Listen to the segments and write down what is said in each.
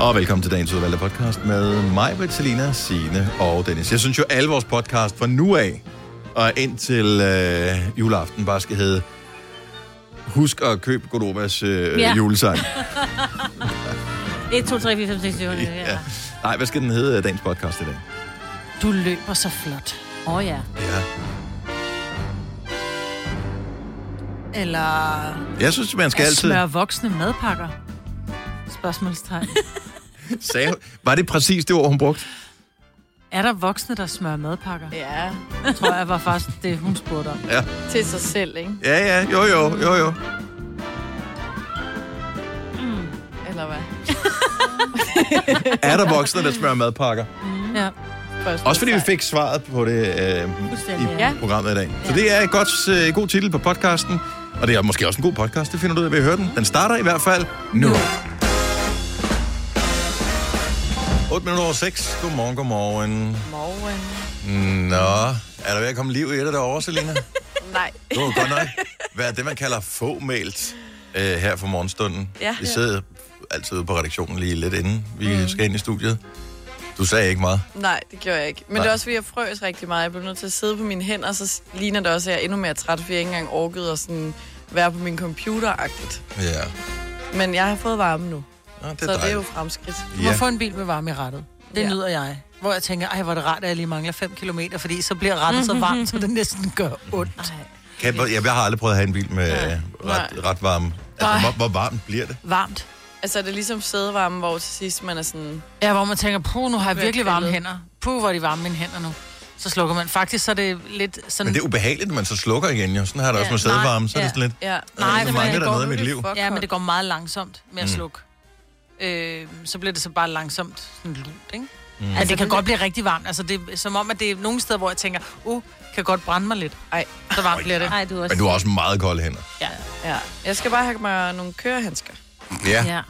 Og velkommen til dagens udvalgte podcast med mig, Bettelina, Signe og Dennis. Jeg synes jo, alle vores podcast fra nu af og indtil øh, juleaften bare skal hedde Husk at købe Godovas øh, Ja. ja. julesang. 1, 2, 3, 4, 5, 6, 7, 8, 9, Ja. 10. Nej, hvad skal den hedde, øh, dagens podcast i dag? Du løber så flot. Åh oh, ja. Ja. Eller Jeg synes, man skal at altid... smøre voksne madpakker. Spørgsmålstegn. Sagde, hun- var det præcis det ord, hun brugte? er der voksne, der smører madpakker? Ja, Det tror jeg var faktisk det, hun spurgte om. Ja, til sig selv, ikke? ja, ja jo, jo, jo, jo. Mm. Eller hvad? Er der voksne, der smører madpakker? Ja. Spørgsmål. Også fordi vi fik svaret på det øh, Fuldstændig, i ja. programmet i dag. Så det er et godt, øh, god titel på podcasten. Og det er måske også en god podcast, det finder du ud af ved at høre den. Den starter i hvert fald nu. 8 minutter over 6. Godmorgen, godmorgen. Morgen. Nå, er der ved at komme liv i det derovre, Selina? Nej. Du har godt nok været det, man kalder fåmælt øh, her for morgenstunden. Ja. Vi sidder altid ude på redaktionen lige lidt inden vi mm. skal ind i studiet. Du sagde ikke meget. Nej, det gjorde jeg ikke. Men Nej. Nej. det er også, fordi jeg frøs rigtig meget. Jeg blev nødt til at sidde på mine hænder, og så s- ligner det også, at jeg er endnu mere træt, fordi jeg ikke engang orkede at sådan være på min computer-agtigt. Ja, Men jeg har fået varme nu, Nå, det er så det er jo dejligt. fremskridt. Du må Ja. få en bil med varme i rettet. Det Ja. ja. nyder jeg. Hvor jeg tænker, ej, hvor er det rart, at jeg lige mangler 5 km, fordi så bliver rettet så Mm-hmm. varmt, Mhm. så det næsten gør ondt. Kan, jeg, jeg, jeg har aldrig prøvet at have en bil med øh, ret, ret varme. Altså, Nej. hvor, hvor varmt bliver det? Varmt. Altså, er det ligesom sædevarme, hvor til sidst man er sådan... Ja, hvor man tænker, puh, nu har jeg Hvad virkelig varme kaldet? hænder. Puh, hvor er de varme mine hænder nu. Så slukker man. Faktisk så er det lidt sådan... Men det er ubehageligt, når man så slukker igen. Jo. Sådan har jeg det også med Ja, nej, sædevarme. Så er ja. det sådan lidt... "Øh, Ja, Nej, Nej, der men mangler det der går noget i nu mit er det liv. Mm. fuck Ja, men det koldt. går meget langsomt med at slukke. Øh, så bliver det så bare langsomt sådan lunt, ikke? Mm. Altså, det kan godt blive rigtig varmt. Altså, det er som om, at det er nogle steder, hvor jeg tænker, uh, kan godt brænde mig lidt. Ej, Så varmt bliver det. Ej, du er også... Men du har også meget kolde hænder. Ja. ja. Jeg skal bare have mig nogle kørehandsker. Ja, Ja.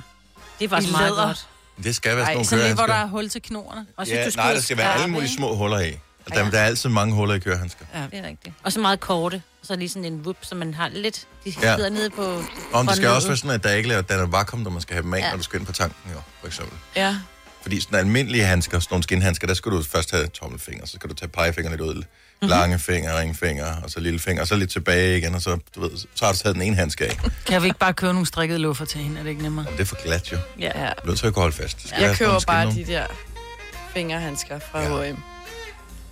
Det er faktisk I meget læder. godt. det skal Ej, være sådan nogle Sådan lidt, hvor der er kørehandsker. hul til knoerne. Og så Ja, du nej, der skal være skrabe, alle mulige ikke? små huller i. Og Der, Ja. der er altid mange huller i kørehandsker. Det er rigtigt. Og så meget korte. Og så lige sådan en vup, så man har lidt... De Ja. sidder nede på... Om det skal håndledet. også være sådan, at der ikke laver den er vakuum, når man skal have dem af, ja. Ja. når du skal ind på tanken, jo, for eksempel. Ja, Fordi sådan almindelige handsker, sådan nogle skinhandsker, der skal du først have tommelfinger, så skal du tage pegefingeren lidt ud, mm-hmm. lange fingre, ringfinger, og så lille finger, og så lidt tilbage igen, og så, du ved, så har du taget den ene handske af. Kan vi ikke bare købe nogle strikkede luffer til hende? Er det ikke nemmere? Det er for glat, jo. Du Ja. ja. er nødt til at kunne holde fast. Det skal være Jeg sådan køber nogle bare skinnoge. de der fingerhandsker fra Ja. H&M.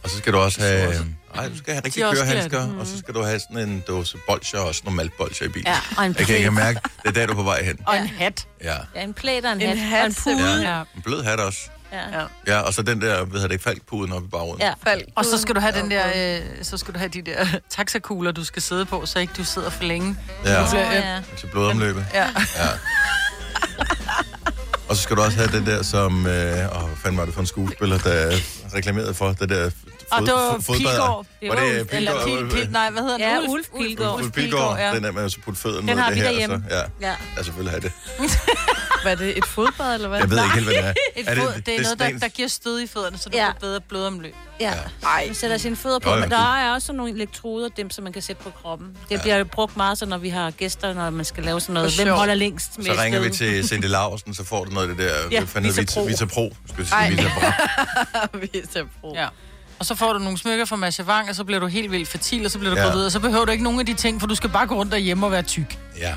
Og så skal du også have... Nej, du skal have rigtig De er også kørehandsker, glat. og så skal du have sådan en dåse bolcher og sådan nogle maltbolcher i bilen. Ja, og en jeg kan ikke plæt. mærke, det er der, du er på vej hen. Og en hat. Ja. Ja, en plæt og en, En hat. hat, Og en pude. simpelthen. Ja. En blød hat også. Ja. Ja. Ja, og så den der, hvad hedder det, falkpuden oppe i bagruden. ja. Falk. Og så skal du have den der, øh, så skal du have de der taxakugler, du skal sidde på, så ikke du sidder for længe. ja. Åh, ja. Til blodomløbet. Ja. Og så skal du også have den der, som... Øh, åh, hvad fanden var det for en skuespiller, der reklamerede for? Det der fod, Og det var fod- fodbader. Pilgaard. Var det øh, Ulf- Eller Pil, Pil, nej, hvad hedder den? Ja, Ulf- Ulf Pilgaard. Pilgaard, Ulf Pilgaard, ja. den der med at så putte fødderne Den ned har i vi det her. derhjemme. Og så, ja, ja. ja. ja, selvfølgelig har jeg det. Hvad er det? Et fodbad, eller hvad? Jeg ved ikke helt, hvad det er. Et fod, det, det er noget, sådan der, en- der giver stød i fødderne, så du Ja. ja. får bedre blodomløb. ja. Ej. Man sætter sine fødder på, Jo, jo, men det- der er også sådan nogle elektroder, dem, som man kan sætte på kroppen. Det bliver brugt meget, så når vi har gæster, når man skal lave sådan noget. Hvor Hvem sjovt. holder længst med Så et ringer vi sted? til Cindy Laursen, så får du noget af det der... Ja, hvad fanden hedder Vitapro. det? Vitapro. Skulle jeg Ej. sige Vitapro. Hvis jeg bruger. Ja. Og så får du nogle smykker fra Masha Wang, og så bliver du helt vildt fertil, og så bliver du Ja. ja. gravid, og så behøver du ikke nogen af de ting, for du skal bare gå rundt derhjemme og være tyk. Ja.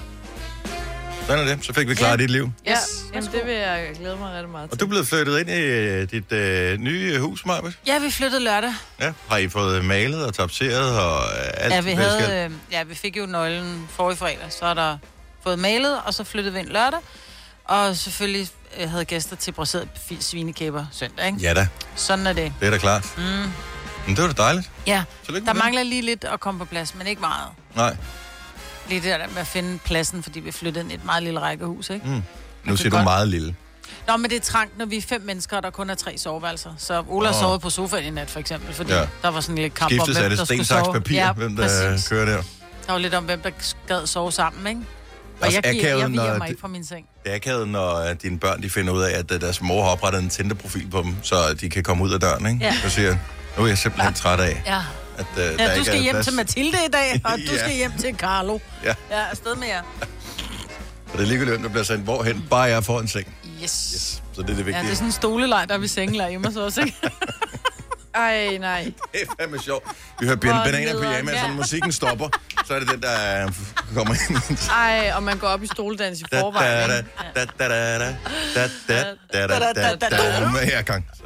Sådan er det. Så fik vi klaret dit liv. Ja, jamen, det vil jeg glæde mig rigtig meget Og til. du er blevet flyttet ind i øh, dit øh, nye hus, Marvitt. Ja, vi flyttede lørdag. Ja. Har I fået malet og tapseret og øh, alt? Ja, vi, hvad I skal? havde, øh, ja, vi fik jo nøglen forrige fredag, så er der fået malet, og så flyttede vi ind lørdag. Og selvfølgelig øh, havde gæster til braseret fi- svinekæber søndag, ikke? Ja da, Sådan er det. det er da klart. Mm. øh, Men det var da dejligt. Ja, Tillykke der med det. mangler lige lidt at komme på plads, men ikke meget. Nej, Lige det der med at finde pladsen, fordi vi flyttede ind i et meget lille rækkehus, ikke? nu siger du Altså, godt. meget lille. Nå, men det er trangt, når vi er fem mennesker, og der kun er tre soveværelser. Så Ola Nå. oh. sovede på sofaen i nat, for eksempel, fordi Ja. ja. der var sådan lidt kamp Skiftes om, er hvem det der sten, skulle saks, sove. papir, ja, hvem der øh, præcis. kører der. Der var lidt om, hvem der gad sove sammen, ikke? Og Også jeg, jeg, jeg, akavet, jeg når viger mig det- ikke fra min seng. Det er akavet, når øh, dine børn de finder ud af, at øh, deres mor har oprettet en Tinder-profil på dem, så de kan komme ud af døren, ikke? Ja. Så siger jeg, nu er jeg simpelthen træt af, Ja. at uh, ja, der ja du ikke skal er hjem plads. til Mathilde i dag, og du Ja. skal hjem til Carlo. Ja. Ja, afsted med jer. Og det er ligegyldigt, hvem der bliver sendt hvorhen, bare jeg får en seng. Yes. yes. Yes. Så det er det vigtige. Ja, det er sådan en stolelej, der er vi sengeleje hjemme hos os, ikke? Ej, nej. Det er fandme sjovt. Vi hører Bjørn Hvor Bananer på nederen, hjemme, ja. så når musikken stopper, så er det den, der øh, kommer ind. Ej, og man går op i stoledans i Da, da, forvejen. da, ikke? da, da, da, da, da, da, da, da, da, da. Med her gang. Så.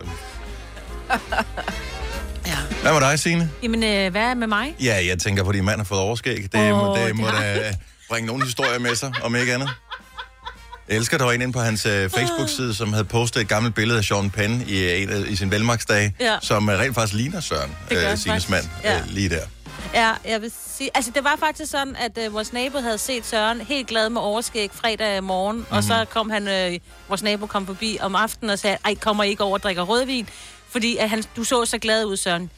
Ja. Hvad med dig, Signe? Jamen, øh, hvad er med mig? Ja, jeg tænker på, at din mand har fået overskæg. Det, oh, Åh, det det må har da bringe nogle historier med sig, om ikke andet. Jeg elsker, der var en inde på hans øh, Facebook-side, som havde postet et gammelt billede af Sean Penn i, øh, en af, i sin velmagtsdage, Ja. som øh, rent faktisk ligner Søren, Det gør øh, han Signes faktisk. mand, Ja. øh, lige der. Ja, jeg vil sige... Altså, det var faktisk sådan, at øh, vores nabo havde set Søren helt glad med overskæg fredag morgen, mm-hmm. og Mhm. så kom han, øh, vores nabo kom forbi om aftenen og sagde, ej, kommer I ikke over og drikker rødvin? Fordi at han, du så så glad ud, Søren.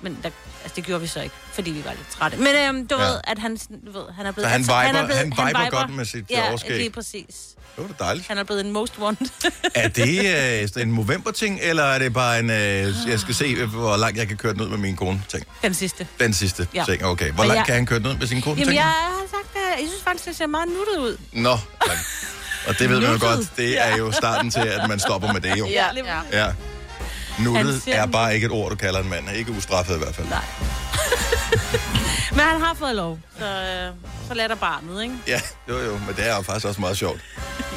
Men der, altså, det gjorde vi så ikke, fordi vi var lidt trætte. Men øhm, du Ja. ja. ved, at han, sådan, du ved, han er blevet... Så han altså, viber- han viber godt med sit, øh, ja, overskæg. lige præcis. Det var da dejligt. Han er blevet en most wanted. Er det øh, sådan en Movember-ting, eller er det bare en, øh, jeg skal se, øh, hvor langt jeg kan køre den ud med min kone-ting? Den sidste. Den sidste Ja. ting, okay. Hvor Og langt jeg- kan han køre den ud med sin kone-ting? Jamen, jeg har sagt, at jeg synes faktisk, det ser meget nuttet ud. Nå, ja. og det ved man jo Nuttet. godt, det er jo starten til, at man stopper med det jo. Ja, lige- ja. Ja. Han Nuttet ser er den. bare ikke et ord, du kalder en mand. Ikke ustraffet i hvert fald. Nej. Men han har fået lov, så, øh, så lader der barnet, ikke? Ja, jo jo, men det er jo faktisk også meget sjovt.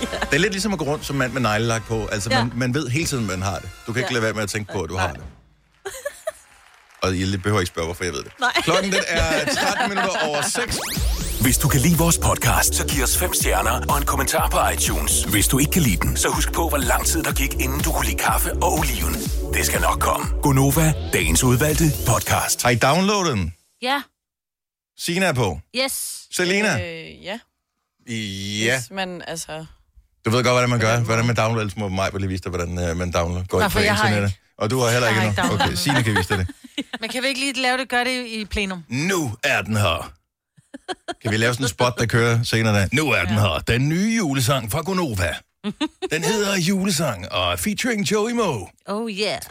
ja. Det er lidt ligesom at gå rundt som mand med neglelak på. Altså, ja. Ja. man, man ved hele tiden, man har det. Du kan Ja. ikke ja. lade være med at tænke på, at du har Nej. det. Og I behøver ikke spørge, hvorfor jeg ved det. Nej. Klokken den er 13 minutter over 6. Hvis du kan lide vores podcast, så giv os fem stjerner og en kommentar på iTunes. Hvis du ikke kan lide den, så husk på, hvor lang tid der gik, inden du kunne lide kaffe og oliven. Det skal nok komme. Gonova, dagens udvalgte podcast. Har I downloadet den? Ja, Sina er på. yes. Selena? Øh, ja. Ja. Hvis man, altså... Du ved godt, hvordan man gør. Hvordan man downloader. Ellers må mig lige vise dig, hvordan øh, man downloader. Går Nej, ind på for jeg har internettet. ikke. Og du har heller Jeg ikke har ikke noget. downloadet Okay, den. Sina kan vise dig det. Men kan vi ikke lige lave det, gøre det i plenum? Nu er den her. Kan vi lave sådan en spot, der kører senere? Da? Nu er den her. Den nye julesang fra Gonova. Den hedder Julesang og er featuring Joey Moe. Oh yeah.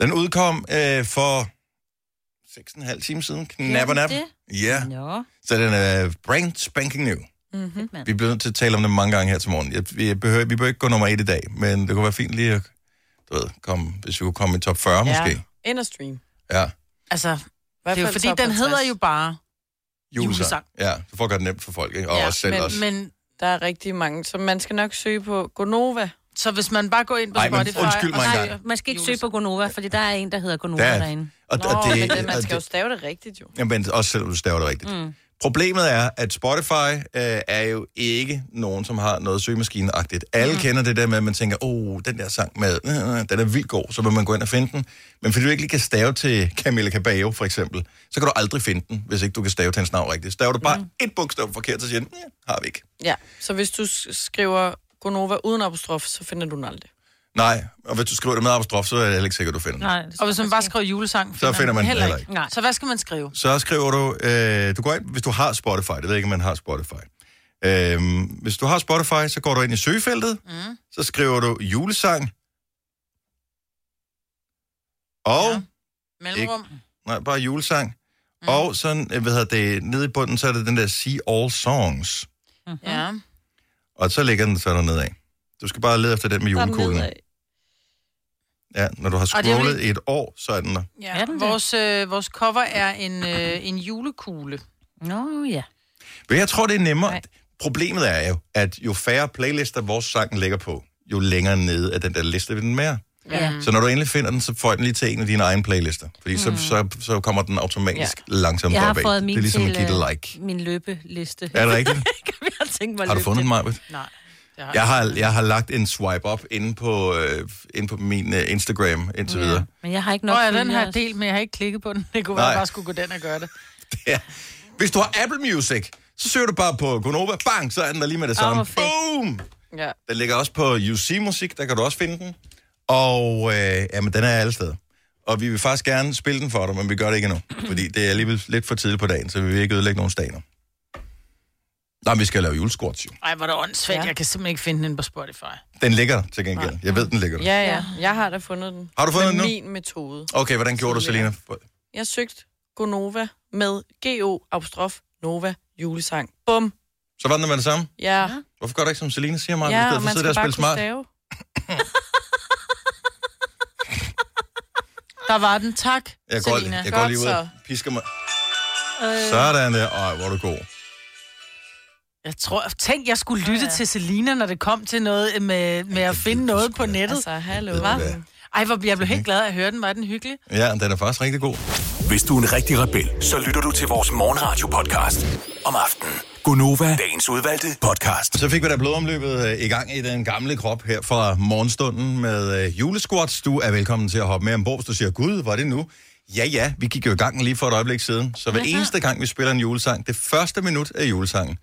Den udkom øh, for 6,5 timer siden. Knap og nap. det? Ja, Nå, så den er brand spanking new. Mhm. fedt Mhm. mand. Vi bliver nødt til at tale om det mange gange her til morgen. Jeg, vi, behøver, vi behøver ikke gå nummer et i dag, men det kunne være fint lige at du ved, komme, hvis vi kunne komme i top 40 ja. måske. Ja. Ind og stream. Ja, Altså, I hvert det er jo fald fordi, top den 50. hedder jo bare... julesang. julesang. Julesang. Ja, så får gøre det nemt for folk, ikke? og ja, Ja, os selv men- også. Men Der er rigtig mange, så man skal nok søge på Gonova. så hvis man bare går ind på Ej, men Spotify... undskyld og mig så- engang. Man skal ikke søge på Gonova, fordi der er en, der hedder Gonova Der er- derinde. Og, Nå, og men det, man og skal jo stave det rigtigt, jo. Jamen, også selvom du staver det rigtigt. Mm. Problemet er, at Spotify øh, er jo ikke nogen, som har noget søgemaskineagtigt. Alle mm. kender det der med, at man tænker, åh, oh, den der sang med, øh, øh, den er vildt god, så vil man gå ind og finde den. Men fordi du ikke lige kan stave til Camilla Cabello, for eksempel, så kan du aldrig finde den, hvis ikke du kan stave til hans navn rigtigt. Staver du bare mm. et bogstav forkert, så siger den, ja, har vi ikke. Ja, så hvis du s- skriver Gonova uden apostrof, så finder du den aldrig. Nej, og hvis du skriver det med apostrof, så er det heller ikke sikkert, du finder den. Nej, det Og hvis man bare skriver julesang, Så finder man den heller ikke. Nej. Så hvad skal man skrive? så skriver du, øh, du går ind, hvis du har Spotify, det ved jeg ikke, om man har Spotify. Øhm, hvis du har Spotify, så går du ind i søgefeltet, mm. så skriver du julesang, og, ja. Ja. Mellemrum. nej, bare julesang, mm. og så, øh, hvad hedder det, nede i bunden, så er det den der See All Songs, Mhm. Ja. og så ligger den så dernede af. Du skal bare lede efter den med Der er den julekoden. nedad. Ja, når du har Og det er jo scrollet i et år, så er den der. ja. Er den det? vores, øh, vores cover er en, øh, en julekugle. Nå ja. Men jeg tror, det er nemmere. Nej. Nej. Problemet er jo, at jo færre playlister vores sang ligger på, jo længere nede af den der liste vil den være. Ja. Så når du endelig finder den, så får jeg den lige til en af dine egne playlister. Fordi mm. så, så, så kommer den automatisk ja. langsomt Jeg har opad. fået det min er ligesom at til give øh, det like. min løbeliste. Er det rigtigt? jeg har tænkt mig at Har du løbe fundet det. den, Majbet? Nej. Det har Jeg har, jeg har lagt en swipe op inde på, øh, inde på min øh, Instagram indtil videre. Ja. Men jeg har ikke Nå, nok ja, den har følgere. jeg delt, men jeg har ikke klikket på den. Det kunne være, Nej. jeg bare skulle gå den og gøre det. Ja. Hvis du har Apple Music, så søger du bare på Gonova. Bang, så er den der lige med det samme. hvor fedt. Boom! Ja. Den ligger også på UC Musik, der kan du også finde den. Og øh, jamen, den er alle steder. Og vi vil faktisk gerne spille den for dig, men vi gør det ikke endnu. Fordi det er alligevel lidt for tidligt på dagen, så vi vil ikke ødelægge nogen staner. Nej, men vi skal lave juleskorts jo. Ej, hvor er det åndssvagt. Ja. Jeg kan simpelthen ikke finde den på Spotify. Den ligger der til gengæld. Jeg ved, den ligger der. ja, ja. Jeg har da fundet den. Har du fundet med den nu? min metode. Okay, hvordan gjorde du, Selina? Jeg søgte Gonova med GO apostrof Nova julesang. Bum. Så var den der med det samme? Ja, Hvorfor gør du ikke, som Selina siger mig? ja og i stedet for at man sidde der skal og bare spille kunne smart. stave. Der var den. Tak, Jeg går, Selina. jeg går lige ud Godt og så. pisker mig. Øh, Sådan der. Ej, hvor er du god. Jeg tror, tænk, jeg skulle lytte ja. til Selina, når det kom til noget øh, med, med at finde noget på nettet. Altså, hallo. Ved du hvad? Ej, hvor jeg blev helt glad af at høre den. Var den hyggelig? Ja, den er faktisk rigtig god. Hvis du er en rigtig rebel, så lytter du til vores morgenradio-podcast om aftenen. Gunova, dagens udvalgte podcast. Så fik vi da blodomløbet øh, i gang i den gamle krop her fra morgenstunden med øh, julesquats. Du er velkommen til at hoppe med ombord, hvis du siger, Gud, var det nu? Ja, ja, vi gik jo i gang lige for et øjeblik siden. Så hver eneste gang, vi spiller en julesang, det første minut af julesangen,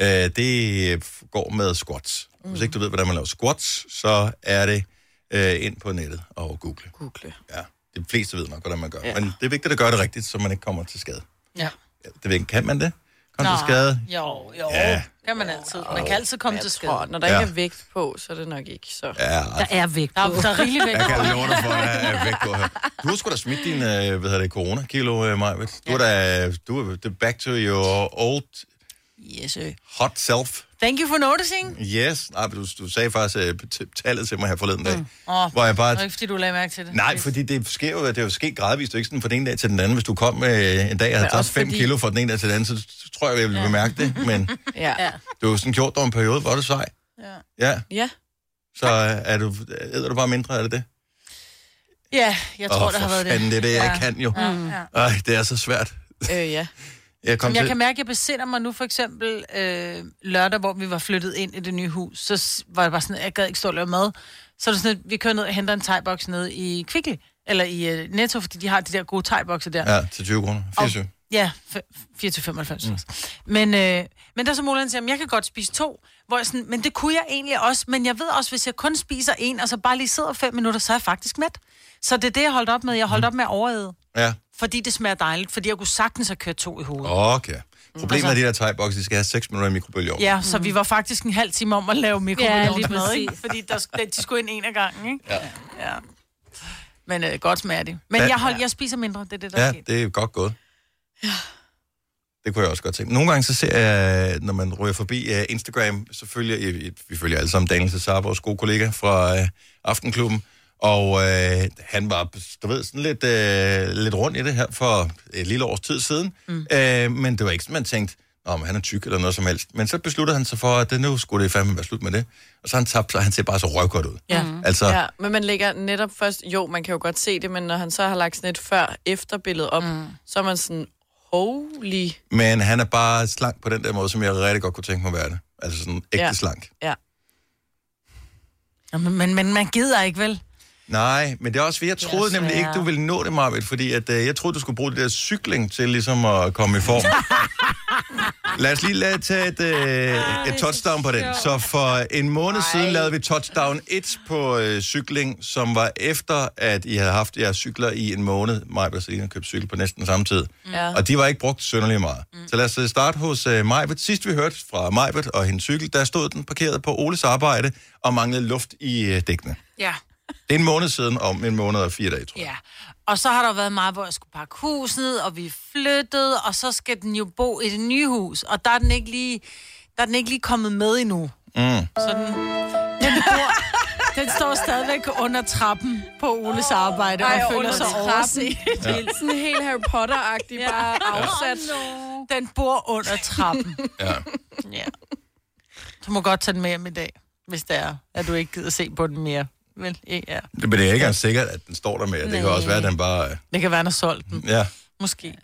øh, det øh, går med squats. Hvis ikke du ved, hvordan man laver squats, så er det øh, ind på nettet og google. Google. Ja, de fleste ved nok, hvordan man gør. Ja. Men det er vigtigt at gøre det rigtigt, så man ikke kommer til skade. Ja. Ja, Det ved jeg ikke, kan man det? Kommer til skade? Jo, jo. Ja. Ja. Kan man altid. Man kan altid komme til skade. Og når der ikke Ja. er vægt på, så er det nok ikke så. Ja, Der er vægt på. Der, er- der er rigeligt væk. Jeg kan love dig for, at jeg er væk på her. Du har sgu da smidt din, øh, hvad hedder det, corona-kilo, øh, Majbet. Du er da, du er the back to your old Yes, sir. hot self. Thank you for noticing. Yes. Nej, men du, du sagde faktisk øh, t- tallet til mig her forleden dag. Mm. Åh, hvor jeg Det var bare... ikke, fordi du lagde mærke til det. Nej, fordi det sker jo, det er jo sket gradvist, det er ikke sådan fra den ene dag til den anden. Hvis du kom øh, en dag og havde tabt også 5 fordi- kilo fra den ene dag til den anden, så t- tror jeg, jeg ville bemærke det. Men Ja. ja. du har jo sådan gjort det over en periode, hvor er du sej. Ja. ja. ja. Så øh, er du, æder du bare mindre, er det det? Ja, jeg tror, Åh, oh, det har for været fanden, det er det, jeg Ja. kan jo. Ja. Ej, det er så svært. Øh, ja. Jeg kom Men jeg til... kan mærke, at jeg besinder mig nu for eksempel øh, lørdag, hvor vi var flyttet ind i det nye hus. Så s- var det bare sådan, at jeg gad ikke stå og lave mad. Så er det sådan, at vi kører ned og henter en thaiboks nede i Kvickly. Eller i øh, Netto, fordi de har de der gode thaibokser der. Ja, til 20 kroner. 24. Ja, f- f- 4-95. Mm. Men, øh, men der er så muligheden til, at jeg kan godt spise to. Hvor jeg sådan, men det kunne jeg egentlig også. Men jeg ved også, hvis jeg kun spiser en, og så bare lige sidder fem minutter, så er jeg faktisk mæt. Så det er det, jeg holdt op med. Jeg Mm. holdt op med at overæde. Ja, Fordi det smager dejligt. Fordi jeg kunne sagtens have kørt to i hovedet. okay. Problemet er, at de der thai de skal have 6 minutter i mikrobølgeovnen. Altså- Ja, så vi var faktisk en halv time om at lave Ja, lige mikrobølgeovnsmad, præcis. ikke? Fordi der, sk- de skulle ind en af gangen, ikke? Ja. ja. Men øh, godt smager det. Men Ja. jeg, hold, jeg spiser mindre, det er det, der Ja, er sket. det er godt gået. Det kunne jeg også godt tænke. Nogle gange så ser jeg, når man rører forbi øh, Instagram, så følger jeg, vi følger alle sammen Daniel Cesar, vores gode kollega fra øh, Aftenklubben, og øh, han var, du ved, sådan lidt, øh, lidt rundt i det her for et lille års tid siden, mm. øh, men det var ikke sådan, man tænkte, Nå, men han er tyk eller noget som helst. Men så besluttede han sig for, at det nu skulle det fandme være slut med det. Og så har han tabt sig, han ser bare så røvgodt ud. Ja. Altså, Ja, men man lægger netop først, jo, man kan jo godt se det, men når han så har lagt sådan et før-efter-billede op, mm. så er man sådan, holy, Men han er bare slank på den der måde, som jeg rigtig godt kunne tænke mig at være det. Altså sådan ægte ja. Ja. slank. ja. Nå, men, men, men man gider ikke, vel? Nej, men det er også, fordi jeg troede nemlig ikke, du ville nå det, Marvitt, fordi at, øh, jeg troede, du skulle bruge det der cykling til ligesom at komme i form. Lad os lige lade tage et, øh, et touchdown på den. Så for en måned siden lavede vi touchdown 1 på øh, cykling, som var efter, at I havde haft jeres cykler i en måned. Majbert og Selina købte cykel på næsten samme tid. Ja. Og de var ikke brugt synderlig meget. Så lad os øh, starte hos øh, Majbert. Sidst vi hørte fra Majbert og hendes cykel, der stod den parkeret på Oles arbejde og manglede luft i øh, dækkene. Ja. Det er en måned siden, om en måned og fire dage, tror jeg. ja. Og så har der jo været meget, hvor jeg skulle pakke huset, og vi flyttede, og så skal den jo bo i det nye hus. Og der er den ikke lige, der er den ikke lige kommet med endnu. Mm. Så den, den, bor, den står stadigvæk under trappen på Oles arbejde, Ej, og føler sig overset. Ja. Det er sådan helt Harry Potter-agtig, ja. bare afsat. Den bor under trappen. Ja. ja. Du må godt tage den med hjem i dag, hvis det er, at du ikke gider se på den mere. Vel, ja. Det, men det er ikke engang sikkert, at den står der med. Det kan også være, at den bare... øh, Det kan være, han har solgt den. Ja. Måske.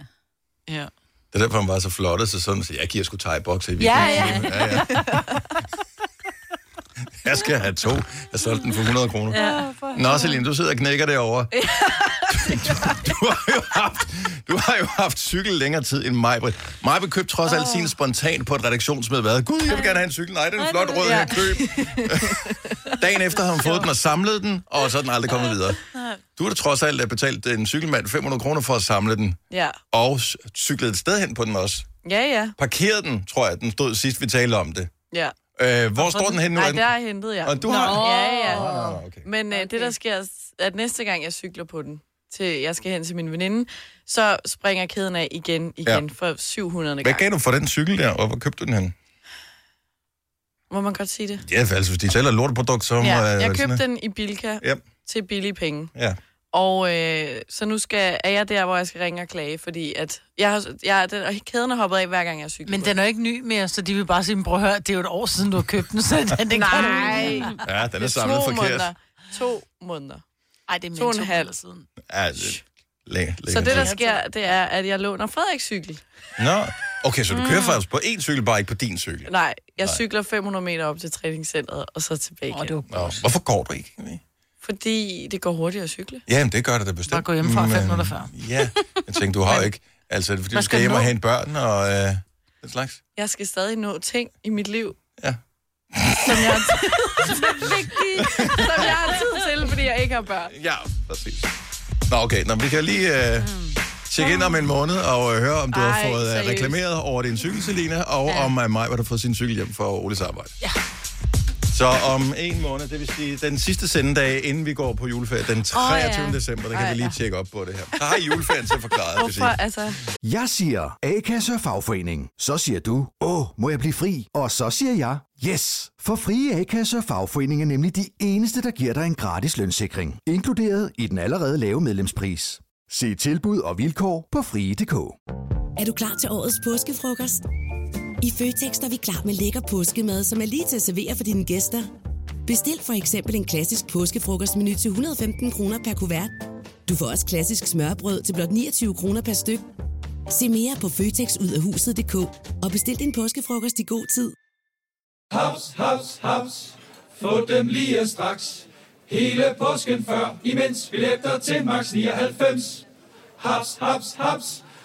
Ja. Det er derfor, han var så flottet, så sådan, så jeg giver sgu tegbokse i Ja, weekenden. ja. Ja, ja. Jeg skal have to. Jeg solgte den for 100 kroner. Ja, Nå, Celine, du sidder og knækker derovre. Du, du, har jo haft, du har jo haft cykel længere tid end mig. Mig købte trods alt sin spontan på et redaktionsmøde. Hvad? Gud, jeg vil gerne have en cykel. Nej, det er en flot rød, jeg køb. Dagen efter har hun fået den og samlet den, og så er den aldrig kommet videre. Du har da trods alt betalt en cykelmand 500 kroner for at samle den, Ja, og s- cyklede et sted hen på den også ja, ja. parkerede den, tror jeg, den stod sidst, vi talte om det. ja. Øh, hvor står den hen nu? Nej, Er den- der har jeg hentet, ja. Og du har den? Ja, ja. Nå, okay. Men øh, det, der sker, er, at næste gang, jeg cykler på den, til jeg skal hen til min veninde, så springer kæden af igen, igen, Ja. for 700. Hvad gang. gav du for den cykel der, og hvor købte du den hen? Må man godt sige det? Ja, for altså, hvis de sælger et lorteprodukt, så... Ja, må, øh, jeg sådan købte noget. den i Bilka Ja, til billige penge. ja. Og øh, så nu skal, er jeg der, hvor jeg skal ringe og klage, fordi at jeg har, jeg, den, og kæden er hoppet af, hver gang jeg er syg. Men den er jo ikke ny mere, så de vil bare sige, "Men prøv at høre, det er jo et år siden, du har købt den, så den, den kan du ikke." ja den to er samlet forkert. måneder. To måneder. Ej, det er mere To end og en to halv. måneder siden. Ja, det, læ- læ- Så det, der sker, det er, at jeg låner Frederiks cykel. Nå, okay, så du kører faktisk på én cykel, bare ikke på din cykel. Nej, jeg cykler 500 meter op til træningscenteret, og så tilbage igen. var Nå, hvorfor går du ikke? egentlig? Fordi det går hurtigere at cykle. Jamen, det gør det da bestemt. Mm, Bare gå hjemmefra Men, fem minutter før. Ja, jeg tænkte, du har jo ikke... Altså, det er fordi du Man skal skal hjem og nå. hente børn og øh, den slags. Jeg skal stadig nå ting i mit liv, Ja. som jeg, som jeg har tid til, fordi jeg ikke har børn. Ja, præcis. Nå, okay. Nå, vi kan lige øh, tjekke ind om en måned og øh, høre, om du Ej, har Ej, fået øh, seriøst. reklameret over din cykel, Selina, og ja. om mig, Maj, hvor du har fået sin cykel hjem fra Oles arbejde. Ja. Så om en måned, det vil sige den sidste sendedag, inden vi går på juleferie, den 23. Oh, ja. december, der kan Ej, vi lige tjekke op på det her. Så har I juleferien til forklaret, vil sige. Hvorfor, altså, Jeg siger A-kasse og fagforening. Så siger du, åh, må jeg blive fri? Og så siger jeg, yes! For frie A-kasse og fagforening er nemlig de eneste, der giver dig en gratis lønssikring. Inkluderet i den allerede lave medlemspris. Se tilbud og vilkår på frie.dk. Er du klar til årets påskefrokost? I Føtex er vi klar med lækker påskemad, som er lige til at servere for dine gæster. Bestil for eksempel en klassisk påskefrokostmenu til 115 kroner per kuvert. Du får også klassisk smørbrød til blot 29 kroner per styk. Se mere på føtexudafhuset.dk og bestil din påskefrokost i god tid. Haps, haps, haps. Få dem lige straks. Hele påsken før, imens billetter til max 99. Haps, haps, haps.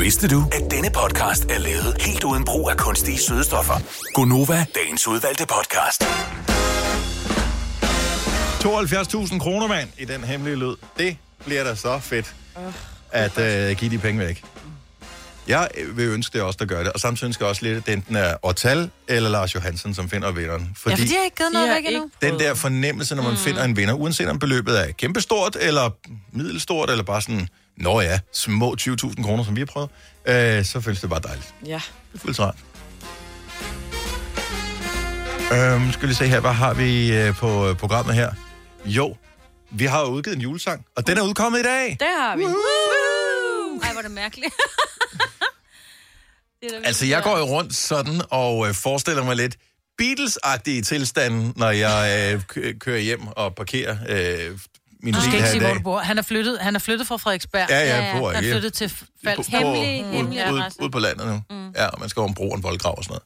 Vidste du, at denne podcast er lavet helt uden brug af kunstige sødestoffer? Gonova, dagens udvalgte podcast. 72.000 kroner, mand, i den hemmelige lyd. Det bliver da så fedt, at øh, give de penge væk. Jeg øh, vil ønske det også, der gør det. Og samtidig ønsker jeg også lidt, at det enten er Ortal eller Lars Johansen, som finder vinderen. Ja, Fordi for de har ikke givet noget De har væk endnu. den der fornemmelse, når man mm. finder en vinder, uanset om beløbet er kæmpestort, eller middelstort, eller bare sådan, nå ja, små 20.000 kroner, som vi har prøvet, øh, så føles det bare dejligt. ja. Det føles rart. Øhm, skal vi se her, hvad har vi øh, på øh, programmet her? Jo, vi har jo udgivet en julesang, og den er udkommet i dag. Der har vi. Ej, hvor er det mærkeligt. det er da vildt. Altså, jeg går jo rundt sådan og øh, forestiller mig lidt Beatles-agtige tilstanden, når jeg øh, kø- kører hjem og parkerer øh, min Du skal bil ikke her i sige, hvor du dag. bor. Han er flyttet, han er flyttet fra Frederiksberg. Ja, ja, Ja, jeg ja. bor Han er ikke. flyttet til på- Falsk. på- Hemmelig- ude- hemmelig ude- adresse. Ude på landet nu. Mm. Ja, og man skal over en bro og en voldgrav og sådan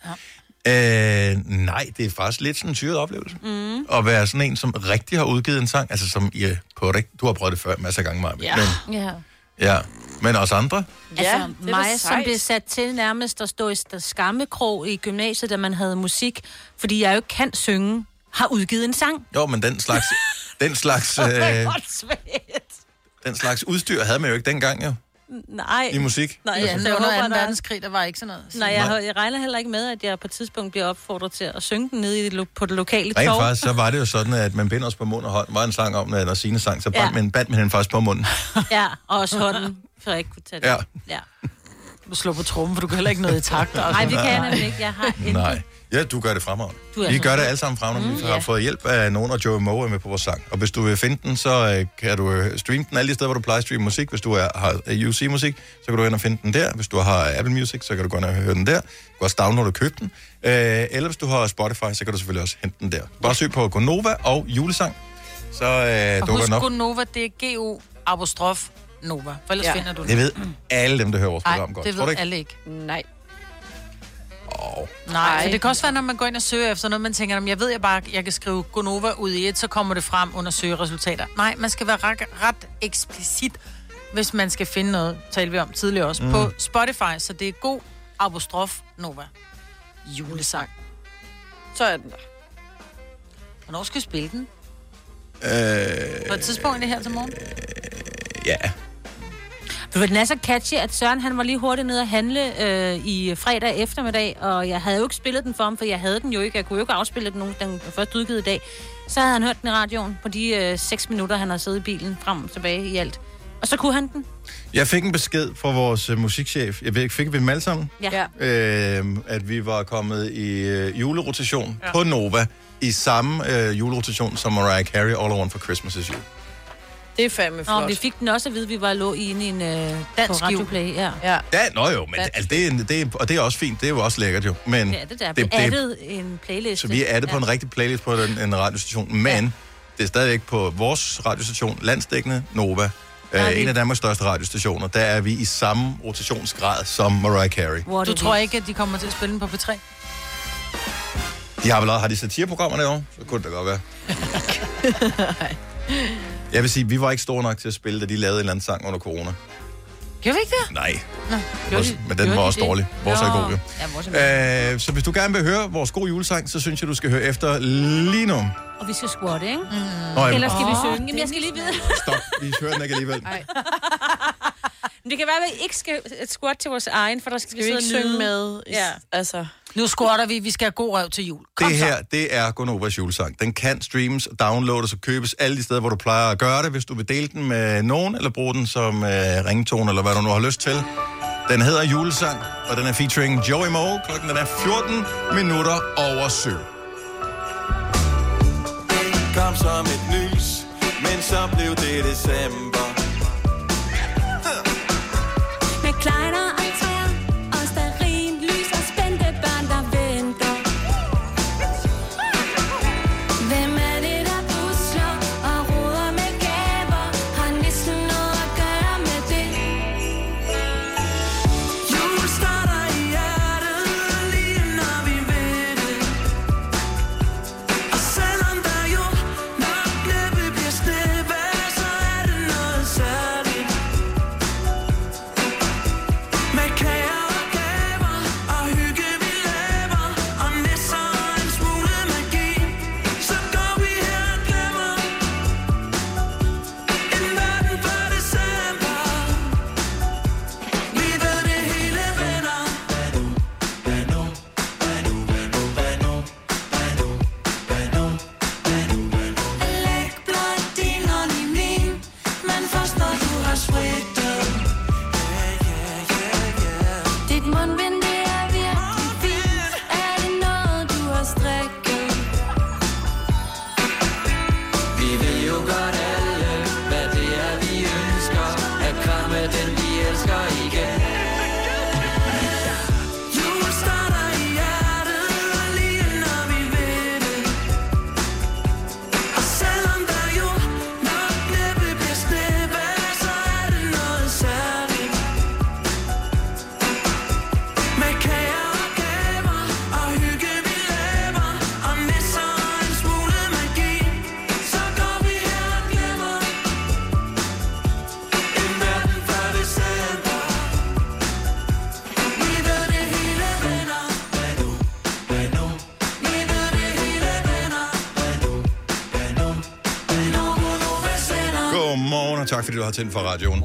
noget. Øh, nej, det er faktisk lidt sådan en syret oplevelse. Mm. At være sådan en, som rigtig har udgivet en sang. Altså som I, øh, på det, du har prøvet det før masser af gange, Maja. Ja. Men, Ja. ja. men også andre. Altså, Ja, ja, det er da mig, som sejt. blev sat til nærmest at stå i st- skammekrog i gymnasiet, da man havde musik, fordi jeg jo ikke kan synge, har udgivet en sang. Jo, men den slags, den slags, øh, Åndssvagt. den slags udstyr havde man jo ikke dengang jo, Nej. i musik. Nej, Ja, jeg, det jeg var under håber, 2. der er... verdenskrig, der var ikke sådan noget. Så- Nej, jeg, jeg regner heller ikke med, at jeg på et tidspunkt bliver opfordret til at synge den nede i det, lo- på det lokale Rent torv. faktisk, så var det jo sådan, at man binder os på mund og hånd. Var en sang om, at når Signe sang, så bandt Ja. man, bandt man hende faktisk på munden. Ja, og også hånden, for jeg ikke kunne tage det. Ja. ja. Du slår på trummen, for du kan heller ikke noget i takt. Nej, Nej, det kan jeg nemlig ikke. Jeg har intet. Nej. Ja, du gør det fremragende. Du er Vi så gør det alle sammen fremragende. Mm, vi har ja. fået hjælp af nogen, og Joey Moe er med på vores sang. Og hvis du vil finde den, så øh, kan du øh, streame den alle de steder, hvor du plejer at streame musik. Hvis du er, har øh, UC-musik, så kan du gå ind og finde den der. Hvis du har Apple Music, så kan du gå ind og høre den der. Du kan også downloade og købe den. Øh, eller hvis du har Spotify, så kan du selvfølgelig også hente den der. Bare søg på Gonova og julesang, så øh, og dukker husk den op. kun Nova, det er GO apostrof Nova, for ellers Ja. finder du den. Det ved alle dem, der hører vores Nej, program godt. det Tror du ved ikke? alle ikke. Nej. Nej, Ej. for det kan også være, når man går ind og søger efter noget, man tænker, "Jamen, jeg ved jeg bare, jeg kan skrive Gonova ud i et, så kommer det frem under søgeresultater. Nej, man skal være ret, ret eksplicit, hvis man skal finde noget, talte vi om tidligere også, mm. på Spotify, så det er god apostrof Nova. Julesang. Så er den der. Hvornår skal vi spille den? Øh, På et tidspunkt er det her til morgen. ja. Du ved, den er så catchy, at Søren han var lige hurtigt nede og handle øh, i fredag eftermiddag, og jeg havde jo ikke spillet den for ham, for jeg havde den jo ikke. Jeg kunne jo ikke afspille den, nu, den var først udgivet i dag. Så havde han hørt den i radioen på de øh, 6 minutter, han har siddet i bilen frem og tilbage i alt. Og så kunne han den. Jeg fik en besked fra vores øh, musikchef. Jeg ved ikke, fik vi dem alle sammen? Ja. ja. øh, at vi var kommet i øh, julerotation ja. på Nova i samme øh, julerotation som Mariah Carey All I Want for Christmas Is You. Det er fandme flot. Nå, vi fik den også at vide, at vi var lå inde i en øh, Dansk dansk på radioplay. Ja. Ja. Ja, nå jo, men det, altså, det, er, en- det er, og det er også fint, det er jo også lækkert jo. Men ja, det der. Det, det, addet en playlist. så vi er det på en rigtig playlist på en, en radiostation, men ja. det er stadigvæk på vores radiostation, landsdækkende Nova, er øh, vi- en af Danmarks største radiostationer, der er vi i samme rotationsgrad som Mariah Carey. What Du it tror is. ikke, at de kommer til at spille den på P3? De har vel har de satireprogrammerne i år? Så kunne det da godt være. Jeg vil sige, vi var ikke store nok til at spille, da de lavede en eller anden sang under corona. Gjorde vi ikke det? Nej, Gjorde vores, de- men gjorde den var de også det? dårlig. Vores er Nå. god, jo. Ja, vores er Øh, så hvis du gerne vil høre vores gode julesang, så synes jeg, du skal høre efter lige nu. Nå, Og vi skal squatte, ikke? Mm. jeg, Eller skal vi Åh, synge? Jamen, jeg skal lige vide. stop, vi hører den ikke alligevel. Men det kan være, at vi ikke skal squatte til vores egen, for der skal, Skal vi sidde ikke og synge nyde. med? I, Ja. ja. Altså, Nu squatter vi. Vi skal have god røv til jul. Kom Det så. her, det er Gonovas julesang. Den kan streames, downloades og købes alle de steder, hvor du plejer at gøre det, hvis du vil dele den med nogen, eller bruge den som øh, ringtone, eller hvad du nu har lyst til. Den hedder Julesang, og den er featuring Joey Moe. Klokken den er 14 minutter over 7. Kom som et nys, men så blev det december. Med kleiner og træer, og starin, lys og spændte børn, der venter. Hvem er det, der busler og roder med gaver? Har næsten noget at gøre med det? Jul starter i hjertet, lige når vi ved det. Og selvom der jo nok næppe bliver sneppe, så er det noget særligt. Med kager og gaver og hygge vi laver Og nisser og en smule magi Så går vi her og glemmer En verden før december Vi ved det hele vender Læg blot din hånd i min Men først når du har spredt dit mundbind, det er virkelig fint. Er det noget, du har strikket? Jul starter i hjertet, lige når vi ved det. Og selvom der jo nok næppe bliver sneppe, så er det noget særligt. Med kager og gaver og hygge vi laver Og nisser og en smule magi Så går vi her og glemmer En verden før december Vi ved det hele vender Vi ved det hele vender Når Gunova sender Godmorgen, og tak fordi du har tændt for radioen.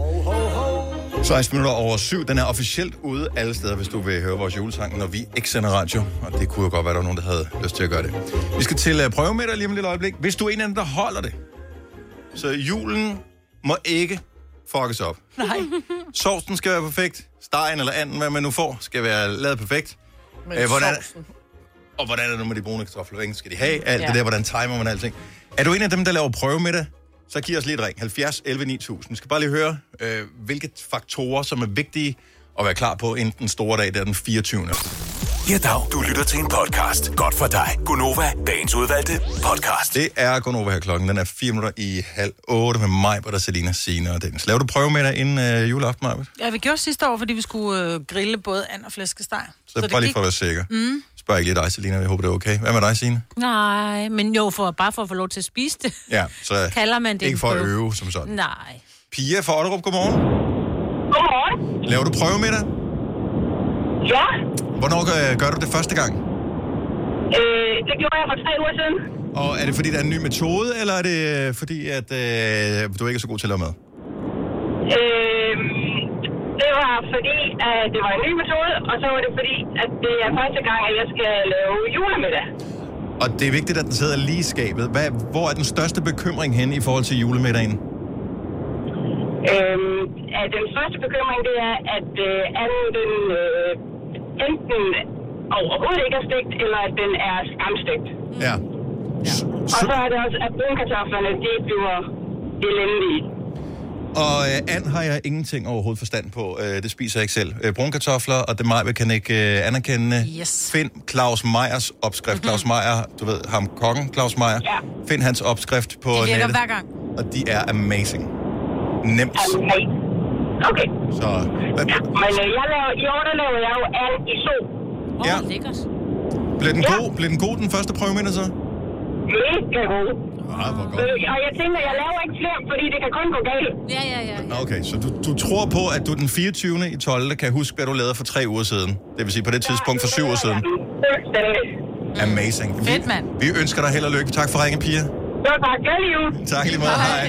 16 minutter over 7. Den er officielt ude alle steder, hvis du vil høre vores julesang, når vi ikke sender radio. Og det kunne jo godt være, der var nogen, der havde lyst til at gøre det. Vi skal til uh, prøve med dig lige om et lille øjeblik. Hvis du er en af dem, der holder det, så julen må ikke fuckes op. Nej. Sovsen skal være perfekt. Stegen eller anden, hvad man nu får, skal være lavet perfekt. med Øh, hvordan- sovsen. Og hvordan er det nu med de brune kartofler? Hvor længe skal de have? Alt ja. Ja. det der, hvordan timer man alting? Er du en af dem, der laver prøve med det? Så giv os lige et ring. 70 11 9000. Vi skal bare lige høre, øh, hvilke faktorer, som er vigtige at være klar på, inden den store dag, der er den 24. Ja, dag. Du lytter til en podcast. Godt for dig. Gunova, dagens udvalgte podcast. Det er kun over her klokken. Den er 4 minutter i halv 8 med mig, hvor der er Selina, Signe og Dennis. Laver du prøve med dig inden øh, juleaften, Maja? Ja, vi gjorde sidste år, fordi vi skulle øh, grille både and og flæskesteg. Så, så bare lige for at være sikker. Mm. Spørg ikke lige dig, Selina. Jeg håber, det er okay. Hvad med dig, Signe? Nej, men jo, for, bare for at få lov til at spise det. Ja, så Kalder man det ikke en for at prøve? øve som sådan. Nej. Pia fra Otterup, godmorgen. Godmorgen Laver du prøve med dig? Ja, Hvornår øh, gør, gør du det første gang? øh, det gjorde jeg for tre uger siden Og er det fordi, der er en ny metode, eller er det øh, fordi, at øh, du ikke er så god til at lave mad? Øhm, det var fordi, at det var en ny metode, og så var det fordi, at det er første gang, at jeg skal lave julemiddag. Og det er vigtigt, at den sidder lige i skabet. Hvad, hvor er den største bekymring hen i forhold til julemiddagen? Mm. Øhm, at den første bekymring, det er, at øh, anden den øh, enten overhovedet ikke er stegt, eller at den er skamstegt. Ja. Og så er det også, at brunkartoflerne, de bliver elendige. Og øh, and har jeg ingenting overhovedet forstand på. Øh, det spiser jeg ikke selv. Øh, brunkartofler, og det Maja kan ikke øh, anerkende. Yes. Find Claus Meyers Mhm. opskrift. Claus Meyer, du ved ham, kongen Claus Meyer. Ja. Find hans opskrift på Det virker nettet. hver gang. Og de er amazing. Nemt. Amazing. Okay. Så, hvad, ja, Men øh, jeg laver, i år, der laver jeg jo and i sol. Åh, Ja. lækkert. blev, den god, blev den god den første prøveminder så? Mega god. Ah, hvor godt. Øh, og jeg tænker, jeg laver ikke flere, fordi det kan kun gå galt. Ja, ja, ja. Nå, Okay, så du, du tror på, at du den 24. i 12. kan huske, hvad du lavede for tre uger siden. Det vil sige på det tidspunkt for syv år siden. Mm. Amazing. Fedt, mand. Vi ønsker dig held og lykke. Tak for ringen, Pia. Så bare glædelig jul. Tak i lige måde. Hej.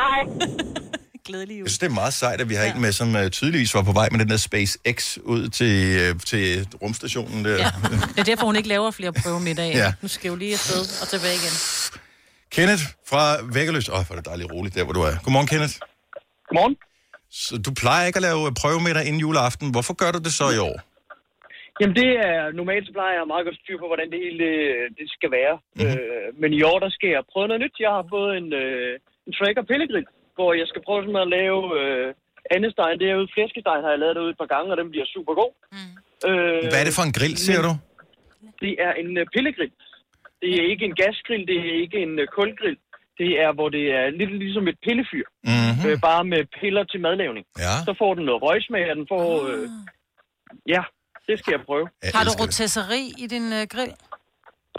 Hej. Glædelig Jeg synes, det er meget sejt, at vi har en med, som uh, tydeligvis var på vej med den der SpaceX ud til, uh, til rumstationen. Der. Ja. Det er derfor, hun ikke laver flere prøver med i dag. Ja. Nu skal jeg jo lige afsted og tilbage igen. Kenneth fra Vækkerløs. Åh, oh, hvor er det dejligt roligt der, hvor du er. Godmorgen, Kenneth. Godmorgen. Så du plejer ikke at lave prøvemiddag inden juleaften. Hvorfor gør du det så i år? Jamen det er, normalt så plejer jeg at have meget godt styr på, hvordan det hele øh, det skal være. Mhm. Mm-hmm. Øh, men i år, der skal jeg prøve noget nyt. Jeg har fået en, øh, en tracker pillegrill, hvor jeg skal prøve sådan at lave øh, andestegen derude. Flæskestegen har jeg lavet derude et par gange, og den bliver super god. Mm. Øh, Hvad er det for en grill, ser du? Det er en øh, pillegrill. Det er ikke en gasgrill, det er ikke en øh, kulgrill. Det er, hvor det er lidt ligesom et pillefyr, mm-hmm. øh, bare med piller til madlavning. Ja. Så får den noget røgsmag, og den får... Øh, ja, det skal jeg prøve. Ah. Har du rotisserie i din øh, grill?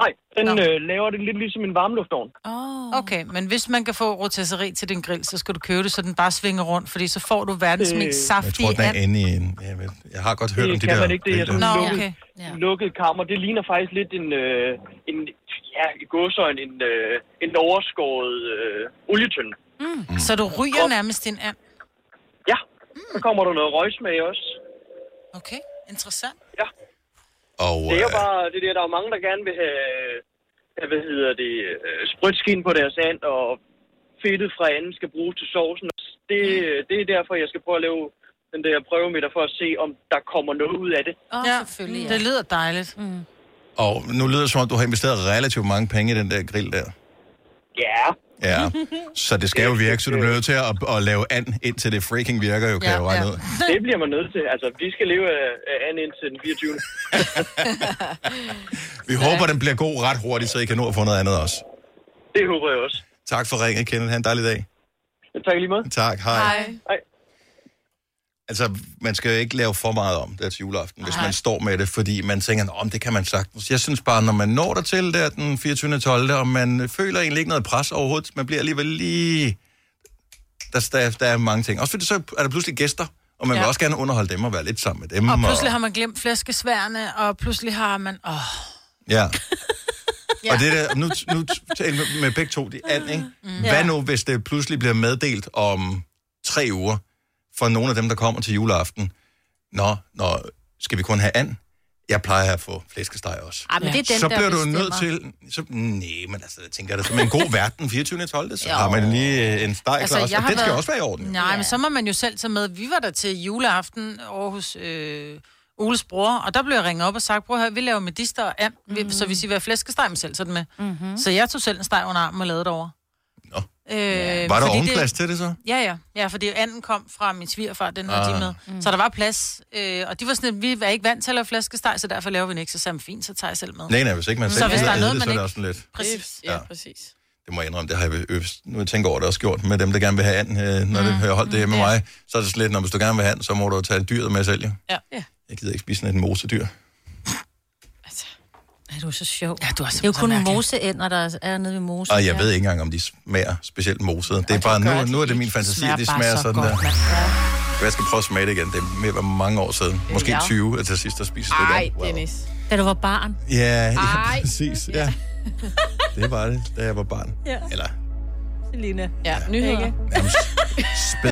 Nej, den øh, laver det lidt ligesom en varmluftovn. Oh. Okay, men hvis man kan få rotisserie til din grill, så skal du købe det, så den bare svinger rundt, fordi så får du verdens Øh, mest Jeg saftige tror, den er and. inde i en... Jeg, ved, jeg har godt hørt om Det de kan der... man ikke, det er grill sådan der. en lukket, ja. lukket kammer. Det ligner faktisk lidt en, øh, en ja, i godsøjne, en, øh, en overskåret øh, olietønde. Mm. Så du ryger nærmest din and. Ja, Mm. så kommer der noget røgsmag også. Okay, interessant. Og, øh, Det er jo bare, det der, der er jo mange, der gerne vil have, have hvad hedder det, øh, sprødskin på deres and, og fedtet fra anden skal bruges til sovsen. Det, Mm. det er derfor, jeg skal prøve at lave den der prøve med dig for at se, om der kommer noget ud af det. Oh, ja, selvfølgelig, ja. Det lyder dejligt. Mm. Og nu lyder det som om, du har investeret relativt mange penge i den der grill der. Ja. Ja, så det skal jo virke, Øh. så du bliver nødt til at, at lave and, indtil det freaking virker, jo, kan ja, jeg jo regne ja. ud. Det bliver man nødt til. Altså, vi skal leve af, af anden indtil den 24. Vi håber, den bliver god ret hurtigt, så I kan nå at få noget andet også. Det håber jeg også. Tak for ringet, Kenneth. Ha' en dejlig dag. Tak lige måde. Tak, hej. Hej. Altså, man skal jo ikke lave for meget om det til juleaften, hvis man står med det, fordi man tænker, "Nå, om det kan man sagtens. Jeg synes bare, når man når der til der den 24. 12., og man føler egentlig ikke noget pres overhovedet, man bliver alligevel lige... Der, der, der er mange ting. Også fordi så er der pludselig gæster, og man ja. vil Ja. også gerne underholde dem og være lidt sammen med dem. Og pludselig har man glemt flæskesværene, og pludselig har man... Åh, oh, Ja. ja. Og det der, nu, nu taler vi med begge to, de and, ikke? Mm. Hvad nu, hvis det pludselig bliver meddelt om tre uger for nogle af dem, der kommer til juleaften? Nå, nå skal vi kun have and? Jeg plejer at få flæskesteg også. Ej, men det er dem, så der bliver du bestemmer. nødt til... Så, nej, men altså, jeg tænker, det er som en god verden 24. 12. Så Jo. har man lige øh, en steg altså, klar, og den skal også være i orden. jo. Nej, ja. men så må man jo selv tage med. Vi var der til juleaften over hos øh, Oles bror, og der blev jeg ringet op og sagt, prøv at høre, vi laver medister og and, Mhm. mm-hmm. så hvis I vil have flæskesteg, men selv så er den med. Mm-hmm. Så jeg tog selv en steg under armen og lavede det over. Nå. Øh, ja. Var der ovenplads til det så? Ja, ja. Ja, fordi anden kom fra min svigerfar, den havde Ah. ah. de med. Mm. Så der var plads. Øh, og de var sådan, at vi var ikke vant til at lave flæskesteg, så derfor laver vi den ikke. Så sagde jeg, fint, så tager jeg selv med. Nej, nej, hvis ikke man selv så hvis gider der er æde noget, det, man så er det ikke... også sådan lidt... Præcis. Ja. præcis. Det må jeg indrømme, det har jeg øvst. Nu jeg tænker over det også gjort med dem, der gerne vil have and, øh, når mm. det, jeg holdt det her med mig. Så er det slet, når hvis du gerne vil have and, så må du jo tage dyret med selv. jo. Ja. ja. Jeg gider ikke spise sådan et mosedyr. Ej, du er så sjov. Ja, du er det er jo kun moseænder, der er nede ved mose. Og jeg ved ikke engang, om de smager specielt moset. Det er bare, gør nu, de nu er det ikke. min fantasi, at Smager bare de smager så sådan godt, der. Jeg skal prøve at smage det igen. Det er mere- var mange år siden. Måske Ja. 20 at til sidst at spise det Øh, Ej, der. Dennis. Da du var barn. Ja, ja, Ej. præcis. Ja. Det var det, da jeg var barn. Ja. Eller Selina. Ja, nyheder. Ikke? spæd.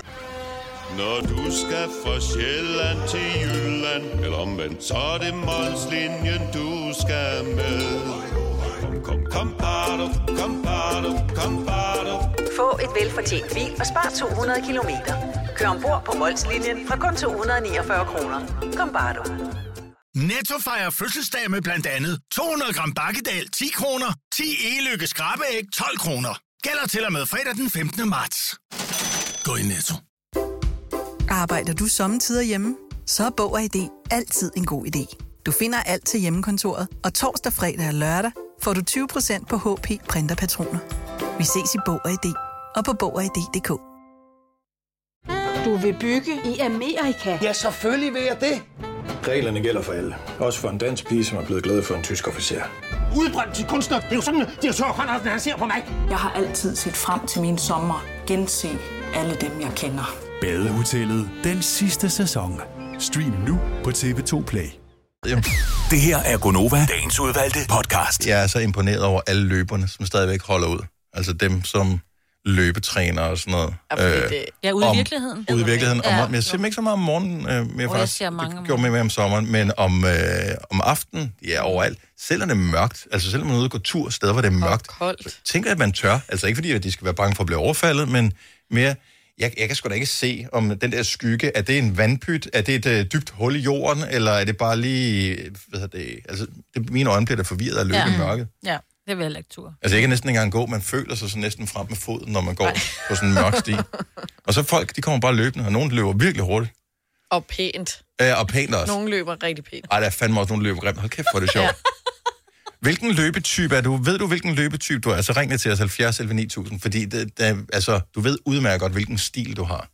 Når du skal fra Sjælland til Jylland, eller omvendt, så er det Molslinjen, du skal med. Kom, kom, kom, bado, kom, bado, kom, bado. Få et velfortjent bil og spar 200 kilometer. Kør ombord på Molslinjen fra kun 249 kroner. Kom bare du. Netto fejrer fødselsdag med blandt andet 200 gram bakkedal 10 kroner, 10 e-lykke skrabeæg 12 kroner. Gælder til og med fredag den 15. marts. Gå i Netto. Arbejder du sommetider hjemme? Så er Bog og ID altid en god idé. Du finder alt til hjemmekontoret, og torsdag, fredag og lørdag får du 20% på HP printerpatroner. Vi ses i Bog og ID og på Bog og ID.dk. Du vil bygge i Amerika? Ja, selvfølgelig vil jeg det. Reglerne gælder for alle. Også for en dansk pige, som er blevet glad for en tysk officer. Udbrændt til kunstner. Det er jo sådan, at de har Conradsen, han ser på mig. Jeg har altid set frem til min sommer. Gense alle dem, jeg kender. Badehotellet den sidste sæson. Stream nu på TV2 Play. Det her er Gonova, dagens udvalgte podcast. Jeg er så imponeret over alle løberne, som stadigvæk holder ud. Altså dem, som løbetræner og sådan noget. øh, Ja, ude i om- virkeligheden. Ude i virkeligheden. Om, Ja. morgenen. jeg ser dem ikke så meget om morgenen, øh, mere Åh, jeg faktisk. ser mange om det gjorde mig mere om sommeren, men om, øh, om aftenen, ja, overalt. Selv når det er mørkt, altså selvom man er ude og går tur steder, hvor det er mørkt, koldt. tænker jeg, at man tør. Altså ikke fordi, at de skal være bange for at blive overfaldet, men mere, jeg, jeg kan sgu da ikke se, om den der skygge, er det en vandpyt, er det et øh, dybt hul i jorden, eller er det bare lige, hvad hedder det, altså det, mine øjne bliver da forvirret af at løbe ja. i mørket. Ja, det vil jeg ikke tur. Altså jeg kan næsten ikke engang gå, man føler sig så næsten frem med foden, når man går på sådan en mørk sti. Og så folk, de kommer bare løbende, og nogen løber virkelig hurtigt. Og pænt. Øh, og pænt også. Nogle løber rigtig pænt. Ej, der er fandme også nogle løber grimt. Hold kæft, hvor er det sjovt. Hvilken løbetype er du? Ved du, hvilken løbetype du er? Så ring lige til os 70 11 9000, fordi det, det, altså, du ved udmærket godt, hvilken stil du har.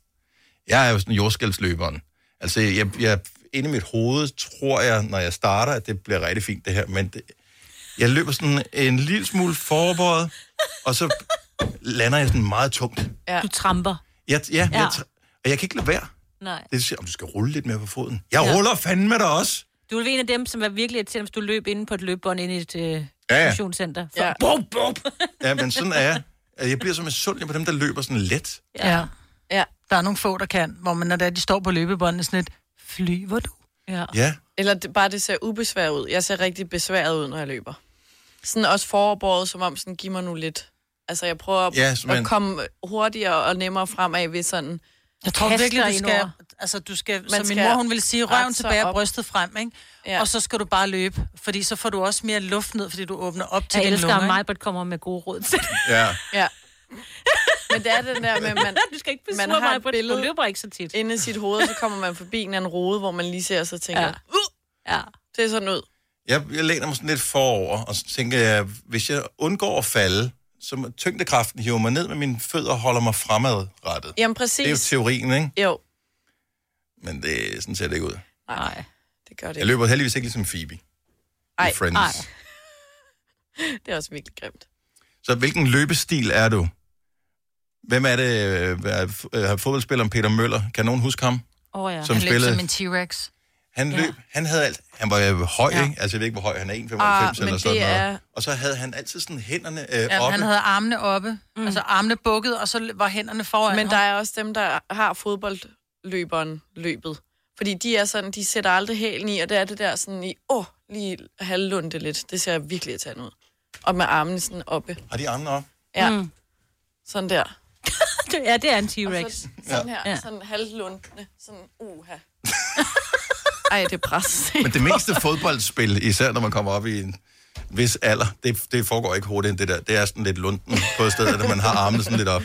Jeg er jo sådan jordskældsløberen. Altså, jeg, jeg, inde i mit hoved tror jeg, når jeg starter, at det bliver rigtig fint det her, men det, jeg løber sådan en lille smule forberedt, og så lander jeg sådan meget tungt. Ja. Du tramper. Jeg, ja, ja. Ja. Jeg, tr- og jeg kan ikke lade være. Nej. Det siger, om du skal rulle lidt mere på foden. Jeg Ja. ruller fandme dig også. Du er en af dem, som er virkelig irriterende, hvis du løb inde på et løbebånd inde i et øh, ja. motionscenter. For, ja. Bum, bum. Ja, men sådan er jeg. Altså, Jeg bliver så misundelig på dem, der løber sådan let. Ja. ja. Der er nogle få, der kan, hvor man, når det er, de står på løbebåndene, sådan lidt, flyver du? Ja. Ja. Eller det, bare det ser ubesværet ud. Jeg ser rigtig besværet ud, når jeg løber. Sådan også foråret, som om sådan, giv mig nu lidt. Altså, jeg prøver at, Ja, ja, så man- at komme hurtigere og nemmere fremad ved sådan... Jeg tror virkelig, du skal, altså, du skal, som min mor, hun ville sige, røven tilbage og brystet frem, ikke? Ja. Og så skal du bare løbe, fordi så får du også mere luft ned, fordi du åbner op til Jeg din elsker, lunge. at ikke? Majbert kommer med gode råd til. Ja. Ja. Men det er den der med, at man, du skal ikke man besure har mig et på det. Du billede løber ikke så tit. inde i sit hoved, og så kommer man forbi en eller anden rode, hvor man lige ser, og så tænker, ja. ja. det er sådan ud. Jeg, jeg læner mig sådan lidt forover, og så tænker jeg, hvis jeg undgår at falde, så må- tyngdekraften hiver mig ned med mine fødder og holder mig fremadrettet. Jamen, præcis. Det er jo teorien, ikke? Jo. Men det, sådan ser det ikke ud. Nej, det gør det Jeg løber heldigvis ikke ligesom Phoebe. Ej, Friends. ej. Det er også virkelig grimt. Så hvilken løbestil er du? Hvem er det, øh, er- er fodboldspilleren Peter Møller? Kan nogen huske ham? Åh oh, ja. Som han løb spillede- som en T-Rex. Han løb, ja. han havde alt. Han var øh, høj, ja. ikke? Altså, jeg ved ikke, hvor høj han er. 1,95 Ah, eller men sådan det noget. er- Og så havde han altid sådan hænderne øh, Ja, oppe. han havde armene oppe, mm. altså armene bukket, og så løb- var hænderne foran Men der er også dem, der har fodboldløberen løbet. Fordi de er sådan, de sætter aldrig hælen i, og det er det der sådan i, åh, oh, lige halvlunde lidt. Det ser virkelig irriterende ud. Og med armene sådan oppe. Har de armene op? Ja. Mm. Mm. Sådan der. ja, det er en T-Rex. Sådan her. Ja. Ja. Sådan halvlundende. Sådan, uha. Ej, det er pres. Men det meste fodboldspil, især når man kommer op i en vis alder, det, det foregår ikke hurtigt end det der. Det er sådan lidt lunden på et sted, at man har armene sådan lidt op.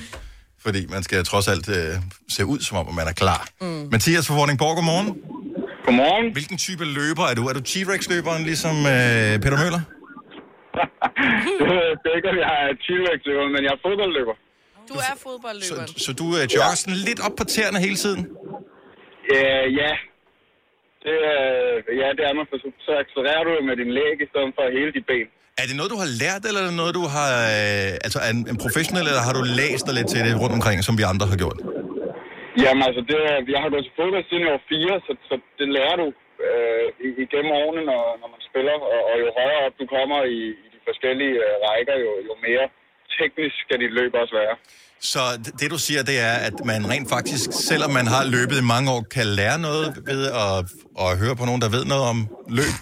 Fordi man skal trods alt øh, se ud, som om at man er klar. Mm. Mathias fra Vordingborg, godmorgen. Godmorgen. Hvilken type løber er du? Er du T-Rex-løberen, ligesom øh, Peter Møller? det er ikke, at jeg er t-rex-løber, men jeg er fodboldløber. Du er fodboldløberen. Så du øh, jogger sådan lidt op på tæerne hele tiden? Ja, ja. Det, øh, ja, det er man, for så- så accelererer du jo med din læg i stedet for hele dit ben. Er det noget, du har lært, eller er det noget, du har... Øh, altså, er en, en professionel, eller har du læst dig lidt til det rundt omkring, som vi andre har gjort? Jamen altså, det, er- jeg har gået til fodbold siden jeg var fire, så, så det lærer du øh, i- igennem årene, når, når man spiller. Og, og jo højere op du kommer i, i de forskellige øh, rækker, jo, jo mere teknisk skal dit løb også være. Så d- det, du siger, det er, at man rent faktisk, selvom man har løbet i mange år, kan lære noget ved at, at høre på nogen, der ved noget om løb.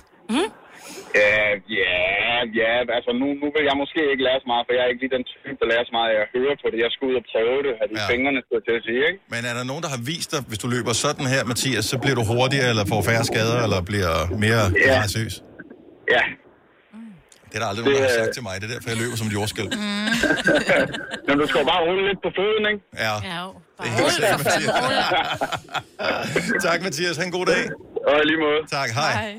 Ja, ja, ja. Altså, nu, nu vil jeg måske ikke lære så meget, for jeg er ikke lige den type, der lærer så meget. Jeg hører på det. Jeg skal ud og prøve det, have de ja. fingrene skulle jeg til at sige, ikke? Men er der nogen, der har vist dig, hvis du løber sådan her, Mathias, så bliver du hurtigere, eller får færre skader, eller bliver mere Ja. ja. nervøs? Ja. Det er der aldrig nogen, der Det, har øh, sagt til mig. Det er derfor, jeg løber som et jordskæld. Men du skal jo bare rulle lidt på føden, ikke? Ja. Ja, jo. Det er helt sikkert, Mathias. tak, Mathias. Ha' en god dag. Og lige måde. Tak. Hej. Hej.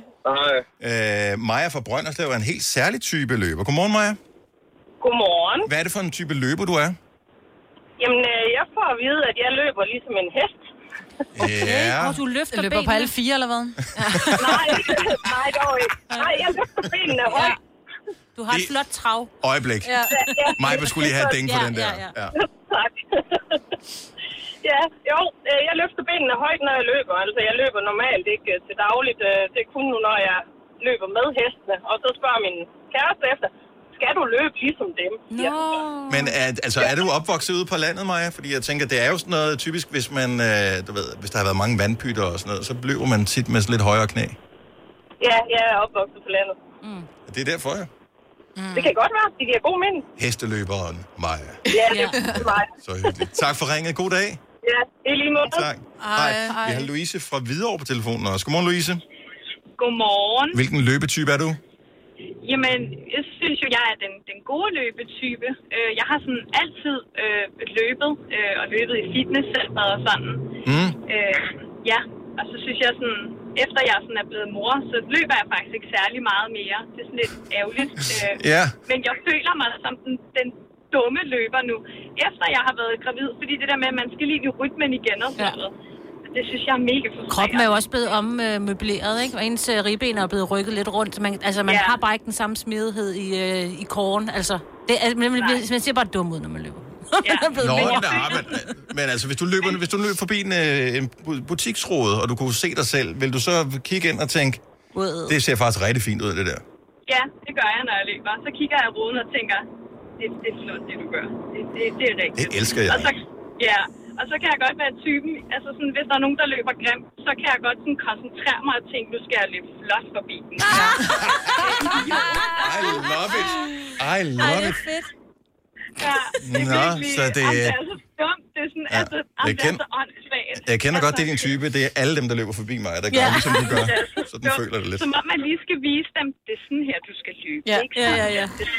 Øh, Maja fra Brønderslev er en helt særlig type løber. Godmorgen, Maja. Godmorgen. Hvad er det for en type løber, du er? Jamen, øh, jeg får at vide, at jeg løber ligesom en hest. Ja. Og du løfter Jeg løber på benene. alle fire, eller hvad? Nej, nej, dog ikke. Nej, jeg løfter benene højt. Du har et flot trav. Øjeblik. Ja. Ja. Maja, vi skulle lige have et ding for den der. Ja. Tak. ja, jo, øh, jeg løfter benene højt, når jeg løber. Altså, jeg løber normalt ikke øh, til dagligt. Øh, Det er kun nu, når jeg løber med hestene. Og så spørger min kæreste efter, skal du løbe ligesom dem? Nå. Men er, altså, er du opvokset ude på landet, Maja? Fordi jeg tænker, det er jo sådan noget typisk, hvis man, øh, du ved, hvis der har været mange vandpytter og sådan noget, så løber man tit med sådan lidt højere knæ. Ja, jeg er opvokset på landet. Mm. Det er derfor, ja. Det kan godt være, det giver god mening. Hesteløberen Maja. Ja, det er mig. Så hyggeligt. Tak for ringet. God dag. Ja, i lige måde. Tak. Vi har Louise fra Hvidovre på telefonen også. Godmorgen, Louise. Godmorgen. Hvilken løbetype er du? Jamen, jeg synes jo, jeg er den, den gode løbetype. Øh, jeg har sådan altid øh, løbet, øh, og løbet i fitnesscenteret og sådan. Mm. Øh, ja, og så synes jeg sådan, efter jeg sådan er blevet mor, så løber jeg faktisk ikke særlig meget mere. Det er sådan lidt ærgerligt. Øh, Ja. Men jeg føler mig som den, den dumme løber nu, efter jeg har været gravid. Fordi det der med, at man skal lige i rytmen igen og sådan noget. Det synes jeg er mega frustrerende. Kroppen er jo også blevet ommøbleret, ikke? Og ens øh, ribben er blevet rykket lidt rundt. så Man, altså, man Ja. ja. har bare ikke den samme smidighed i, øh, i kåren. Altså, det er, man, man, man ser bare dum ud, når man løber. Ja. Nå, nej, men, men altså, hvis du løber, hvis du løber forbi en, øh, en bu- butiksråde, og du kunne se dig selv, vil du så kigge ind og tænke, det ser faktisk rigtig fint ud, det der. Ja, det gør jeg, når jeg løber. Så kigger jeg i ruden og tænker, det, det er flot, det du gør. Det, det, det er rigtigt. Det elsker jeg. Og så, ja, og så kan jeg godt være typen, altså sådan, hvis der er nogen, der løber grimt, så kan jeg godt sådan koncentrere mig og tænke, nu skal jeg løbe flot forbi den. I love it. I Ej, love det it. er fedt. Ja, det er Nå, virkelig, så det- Jamen, er så dumt. Det er sådan, Ja, ja, altså, jeg jamen, det er kender- så åndssvagt. Jeg kender godt, det er Altså, din type. Det er alle dem, der løber forbi mig, der gør, ja. ligesom du gør. Sådan føler det lidt. Som om man lige skal vise dem, det er sådan her, du skal løbe. Ja, ikke ja, sådan ja, her. ja. Det er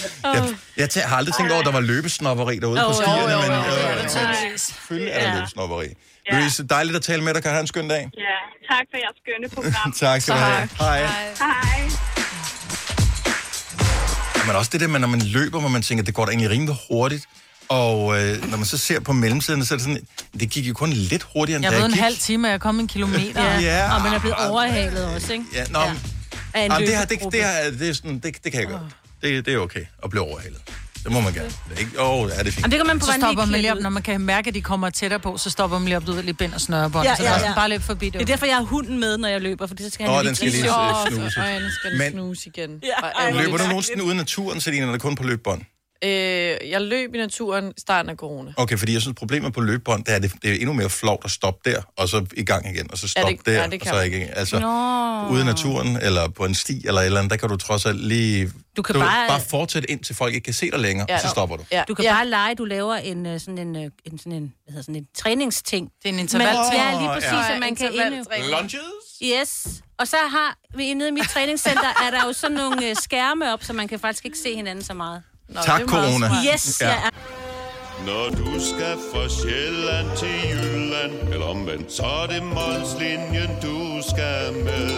sådan her. Ja. Jeg, jeg tæ- har aldrig tænkt over, at der var løbesnopperi derude på Jo, jo, stierne, jo, men jo, det er øh, der selvfølgelig tydeligvis. er der Ja. løbesnopperi. Louise, dejligt at tale med dig. Kan du have en skøn dag? Ja, tak for jeres skønne program. Tak skal du have. Hej. Hej. Men også det der med, når man løber, hvor man tænker, det går da egentlig rimelig hurtigt. Og øh, når man så ser på mellemtiden, så er det sådan, det gik jo kun lidt hurtigere, end Jeg da ved en gik. halv time, og jeg kom en kilometer. Ja. Ja. Og man er blevet overhalet også, ikke? Ja, nå, men- Af en Jamen, det, her, det, løbegruppe. det, her, det, er sådan, det, det kan jeg godt. Det, det er okay at blive overhalet. Det må man gerne. Det er ikke, åh, oh, er det fint. Jamen, det kan man på så vejen lige stopper man lige klippe op, ud. når man kan mærke, at de kommer tættere på, så stopper man lige op, du ved, lige bind og snørebånd. Ja, ja, ja. Så der er sådan bare lidt forbi det. Det er derfor, jeg har hunden med, når jeg løber, for så skal Åh, han den skal lige, øh, snuses. Ej, nu skal den Men- Men... snuse igen. Ja, Hvor ej, ærgerligt. Løber du nogensinde uden naturen, Selina, eller kun på løbbånd? Øh, jeg løb i naturen i starten af corona. Okay, fordi jeg synes, problemet på løbbånd, det er, det, det er endnu mere flovt at stoppe der, og så i gang igen, og så Ja, stoppe det- der, ja, det og kan så man. ikke. Altså, Nå. ude i naturen, eller på en sti, eller et eller andet, der kan du trods alt lige... Du kan ved, bare- bare fortsætte ind, til folk ikke kan se dig længere, og så stopper du. Ja. Du kan ja. bare lege, du laver en øh, sådan en, øh, en, sådan en, hvad hedder sådan en træningsting. Det er en intervaltræning. Ja, lige præcis, Ja. ja. at man kan Intervaltræning. ind. Lunges? Yes. Og så har vi nede i mit træningscenter, er der jo sådan nogle øh, skærme op, så man kan faktisk ikke se hinanden så meget. Nå, Tak, corona. Yes, Ja. ja. ja. Når du skal fra Sjælland til Jylland, eller omvendt, så er det Molslinjen, du skal med.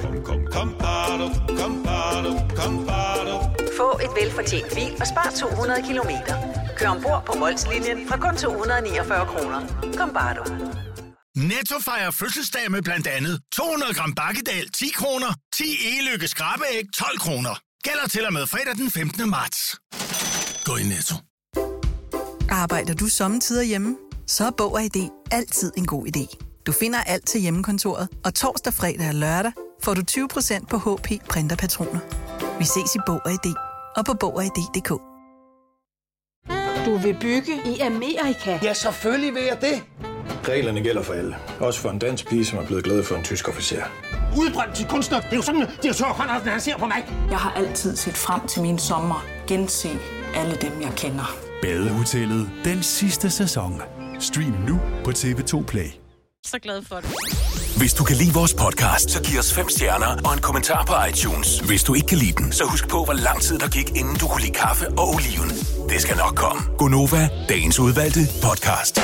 Kom, kom, kom, bado, kom, bado, kom, bado. Få et velfortjent bil og spar 200 kilometer. Kør ombord på Molslinjen fra kun 249 kroner. Kom bare du. Netto fejrer fødselsdag med blandt andet 200 gram bakkedal 10 kroner, 10 e-lykke skrabeæg 12 kroner. Gælder til og med fredag den 15. marts. Gå i Netto. Arbejder du sommetider hjemme? Så er Bog og ID altid en god idé. Du finder alt til hjemmekontoret, og torsdag, fredag og lørdag får du 20% på HP printerpatroner. Vi ses i Bog og ID og på Bog og ID.dk. Du vil bygge i Amerika? Ja, selvfølgelig vil jeg det. Reglerne gælder for alle. Også for en dansk pige, som er blevet glad for en tysk officer. Udbrændt til kunstner. Det er jo sådan, at de har tørt, han, han ser på mig. Jeg har altid set frem til min sommer. Gense alle dem, jeg kender. Badehotellet den sidste sæson. Stream nu på TV2 Play. Så glad for det. Hvis du kan lide vores podcast, så giv os fem stjerner og en kommentar på iTunes. Hvis du ikke kan lide den, så husk på, hvor lang tid der gik, inden du kunne lide kaffe og oliven. Det skal nok komme. Gonova, dagens udvalgte podcast.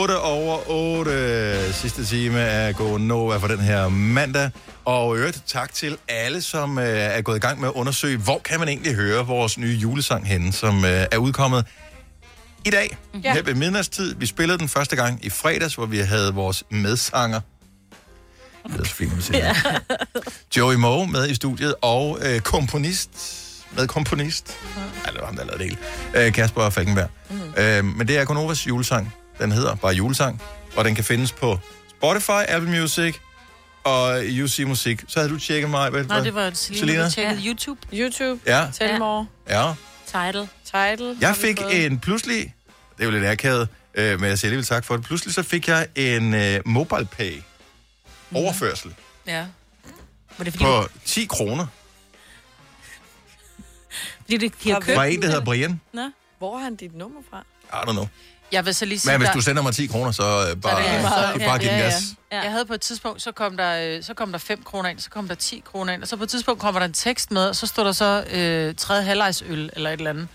8 over 8. Sidste time af Go Nova for den her mandag. Og i øvrigt tak til alle, som øh, er gået i gang med at undersøge, hvor kan man egentlig høre vores nye julesang henne, som øh, er udkommet i dag, Ja. ja. her ved midnatstid. Vi spillede den første gang i fredags, hvor vi havde vores medsanger. Det hedder så fint, når man siger det. Joey Moe med i studiet, og øh, komponist, med komponist, ja, det var ham, der lavede det hele, øh, Kasper Falkenberg. Mm. Øh, men det er Konovas julesang. Den hedder bare julesang, og den kan findes på Spotify, Apple Music og UC Musik. Så havde du tjekket mig, vel? Nej, det var Selina, Selina. tjekkede YouTube. YouTube. Ja. Telmore. Ja. Title. Title. har Jeg vi fik fået. en pludselig, det er jo lidt akavet, øh, men jeg selv vil tak for det, pludselig så fik jeg en øh, mobile pay overførsel Ja. Var det fordi, på 10 kroner fordi det, de har købt? fra en, der hedder Brian. Nå. Hvor har han dit nummer fra? I don't know. Jeg vil så lige sige, Men hvis der- du sender mig 10 kroner, så øh, bare, det lige meget. så, bare giv den gas. Ja. Jeg havde på et tidspunkt, så kom, der, øh, så kom der 5 kroner ind, så kom der 10 kroner ind, og så på et tidspunkt kommer der en tekst med, og så stod der så øh, tredje halvlejsøl eller et eller andet.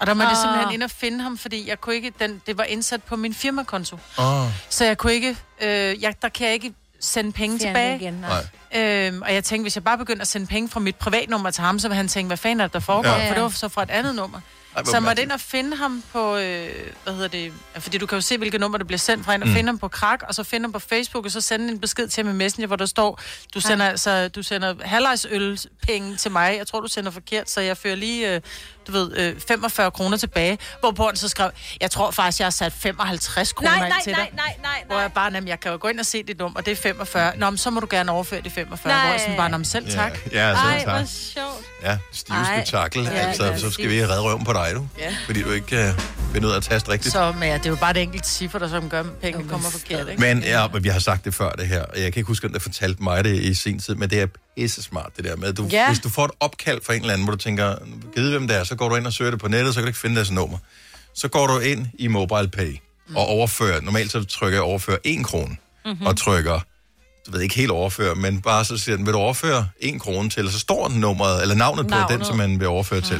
Og der måtte jeg Ah. simpelthen ind og finde ham, fordi jeg kunne ikke, den, det var indsat på min firmakonto. Ah. Åh. Så jeg kunne ikke, øh, jeg, der kan jeg ikke sende penge Fjerne tilbage. igen, nej. øhm, og jeg tænkte, hvis jeg bare begynder at sende penge fra mit privatnummer til ham, så vil han tænke, hvad fanden er det, der foregår? Ja. Ja. For det var så fra et andet nummer. Ej, hvor så jeg måtte mærkeligt. ind og finde ham på, øh, hvad hedder det, fordi du kan jo se, hvilket nummer det bliver sendt fra, ind og Mm. mm. finde ham på Krak, og så finde ham på Facebook, og så sende en besked til ham i Messenger, hvor der står, du sender, altså, du sender halvlejsølpenge til mig, jeg tror, du sender forkert, så jeg fører lige, øh, du ved, øh, 45 kroner tilbage, hvorpå han så skrev, jeg tror faktisk, jeg har sat 55 kroner Nej, nej, ind til nej, dig. nej, nej, Hvor jeg bare, jamen, jeg kan jo gå ind og se dit nummer, og det er 45. Nå, men så må du gerne overføre de 45. Nej. Nej. Hvor jeg sådan bare, nå, men selv Ja, tak. ja, selv Ej, tak. hvor sjovt. Ja, stive Ej. spektakel. Ja, altså, ja, så skal præcis. vi redde røven på dig, du. Ja. Fordi du ikke kan finde ud af at taste rigtigt. Så, men ja, det er jo bare et enkelt ciffer, der som gør, at pengene kommer forkert, ikke? Men ja, men vi har sagt det før, det her. Og Jeg kan ikke huske, hvem der fortalte mig det i sin tid, men det er pisse smart, det der med. Du, Ja. Hvis du får et opkald fra en eller anden, hvor du tænker, givet hvem det er, så går du ind og søger det på nettet, så kan du ikke finde deres nummer. Så går du ind i MobilePay og overfører, normalt så trykker jeg overfør 1 krone, Mm. mm-hmm. og trykker, du ved ikke helt overføre, men bare så siger den, vil du overføre 1 krone til, og så står nummeret, eller navnet, navnet. Mm-hmm. på den, Navnet. som man vil overføre til.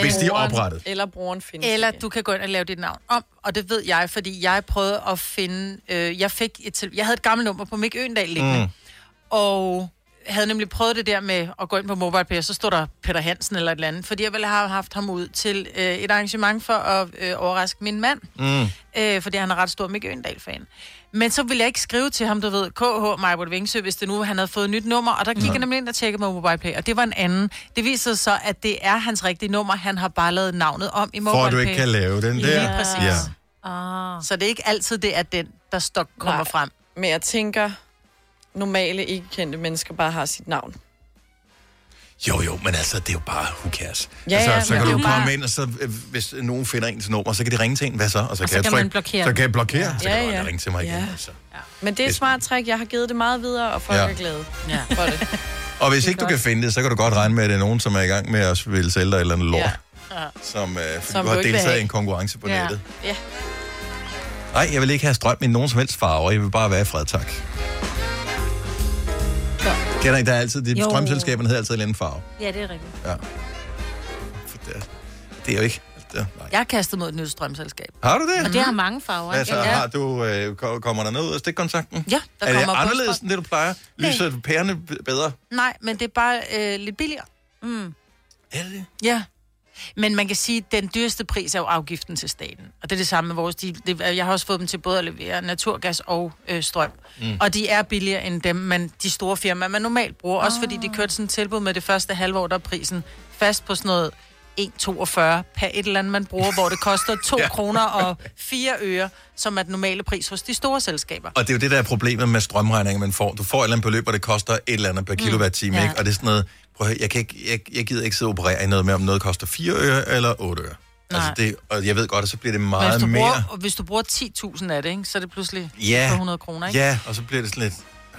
hvis de er oprettet. Eller brugeren findes Eller du kan gå ind og lave dit navn om, og det ved jeg, fordi jeg prøvede at finde... Øh, jeg, fik et, til- jeg havde et gammelt nummer på Mick Øendal liggende, mm. og havde nemlig prøvet det der med at gå ind på MobilePay, og så stod der Peter Hansen eller et eller andet, fordi jeg ville have haft ham ud til øh, et arrangement for at øh, overraske min mand. Mm. øh, fordi han er ret stor Mikke Øndal-fan. Men så ville jeg ikke skrive til ham, du ved, KH Majbert Vingsø, hvis det nu han havde fået et nyt nummer, og der gik Nej. jeg nemlig ind og tjekkede med MobilePay, og det var en anden. Det viser sig så, at det er hans rigtige nummer, han har bare lavet navnet om i MobilePay. For at du ikke kan lave den der. Lige præcis. Ja. Ah. Så det er ikke altid, det er den, der stok kommer Nej. frem. Men jeg tænker, normale ikke kendte mennesker bare har sit navn. Jo, jo, men altså, det er jo bare, who cares? Ja, altså, ja, så men kan det du er jo komme bare- ind, og så, øh, hvis nogen finder ens nummer, så kan de ringe til en, hvad så? Og så, Og så jeg kan trykke- man blokere. Så kan jeg blokere, Ja. så kan Ja, du ja. aldrig ringe til mig igen. Ja. Altså. Men det er et smart trick. Jeg har givet det meget videre, og folk Ja. ja. er glade ja. for det. Og hvis ikke du kan finde det, så kan du godt regne med, at det er nogen, som er i gang med at ville sælge dig et eller andet lort, ja. Ja. som, øh, fordi Som du du har ikke vil deltaget i have. en konkurrence på nettet. Ja. Nej, jeg vil ikke have strøm i nogen som helst farver. Jeg vil bare være i fred, tak. Kender I, der er altid, de Jo. strømselskaberne hedder altid en eller anden farve. Ja, det er rigtigt. Ja. For det, er- det er jo ikke... Det er, nej. Jeg har kastet mod et nyt strømselskab. Har du det? Og det har mange farver. Hvad så? ikke? Har du, øh, ko- kommer der noget ud af stikkontakten? Ja, der er det kommer anderledes end det, du plejer? Lyser pærerne b- bedre? Nej, men det er bare øh, lidt billigere. Mm. Er det? Ja. Men man kan sige, at den dyreste pris er jo afgiften til staten. Og det er det samme med vores. De, det, jeg har også fået dem til både at levere naturgas og øh, strøm. Mm. Mm. Og de er billigere end dem, man, de store Ah. firmaer, man normalt bruger. Også fordi de kørte sådan et tilbud med det første halve år, der er prisen fast på sådan noget 1,42 per et eller andet, man bruger, hvor det koster 2 ja. kroner og 4 øre, som er den normale pris hos de store selskaber. Og det er jo det, der er problemet med strømregninger, man får. Du får et eller andet beløb, og det koster et eller andet per kilowatt-time, Mm. ja. ikke? Og det er sådan noget, prøv at høre, jeg, kan ikke, jeg, jeg gider ikke sidde og operere i noget med, om noget koster 4 øre eller 8 øre. Nej. Altså det, og jeg ved godt, at så bliver det Men hvis meget du mere... bruger, og hvis du bruger 10.000 af det, ikke, så er det pludselig Ja, 100 kroner, ikke? ja, og så bliver det sådan lidt...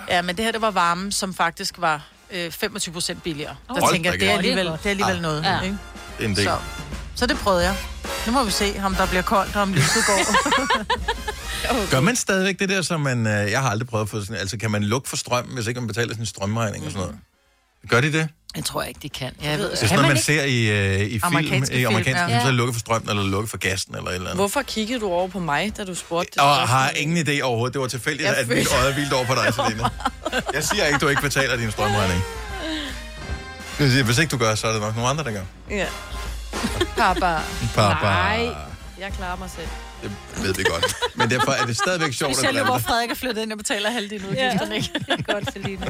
Ja, men det her, det var varme, som faktisk var øh, 25 procent billigere. Der Hold tænker da jeg, det er kæft. alligevel, Det er det er alligevel godt. noget. Ja. Ikke? Det er en del. Så. så det prøvede jeg. Nu må vi se, om der bliver koldt, og om lyset går. Gør man stadigvæk det der, som man... Øh, jeg har aldrig prøvet at få sådan... Altså, kan man lukke for strømmen, hvis ikke man betaler sin strømregning og sådan noget? Gør de det? Mm. jeg tror ikke, de kan. Jeg ved, Det er sådan noget, Altså, man, ser i, øh, i film, Amerikanske i film, amerikanske film, ja. så er det lukket for strømmen, eller lukket for gassen, eller et eller andet. Hvorfor kiggede du over på mig, da du spurgte det? Og har ingen idé overhovedet. Det var tilfældigt, Jeg at mit føler- øje hvilte over på dig, Selina. Jeg siger ikke, du ikke betaler din strømregning. Jeg siger, hvis ikke du gør, så er det nok nogle andre, der gør. Ja. Papa. Papa. Nej, jeg klarer mig selv. Det ved vi godt. Men derfor er det stadigvæk sjovt at Specielt nu, drille hvor dig. Frederik er flyttet ind og betaler halvdelen udgifterne, ja. ikke? Det er godt, Selina.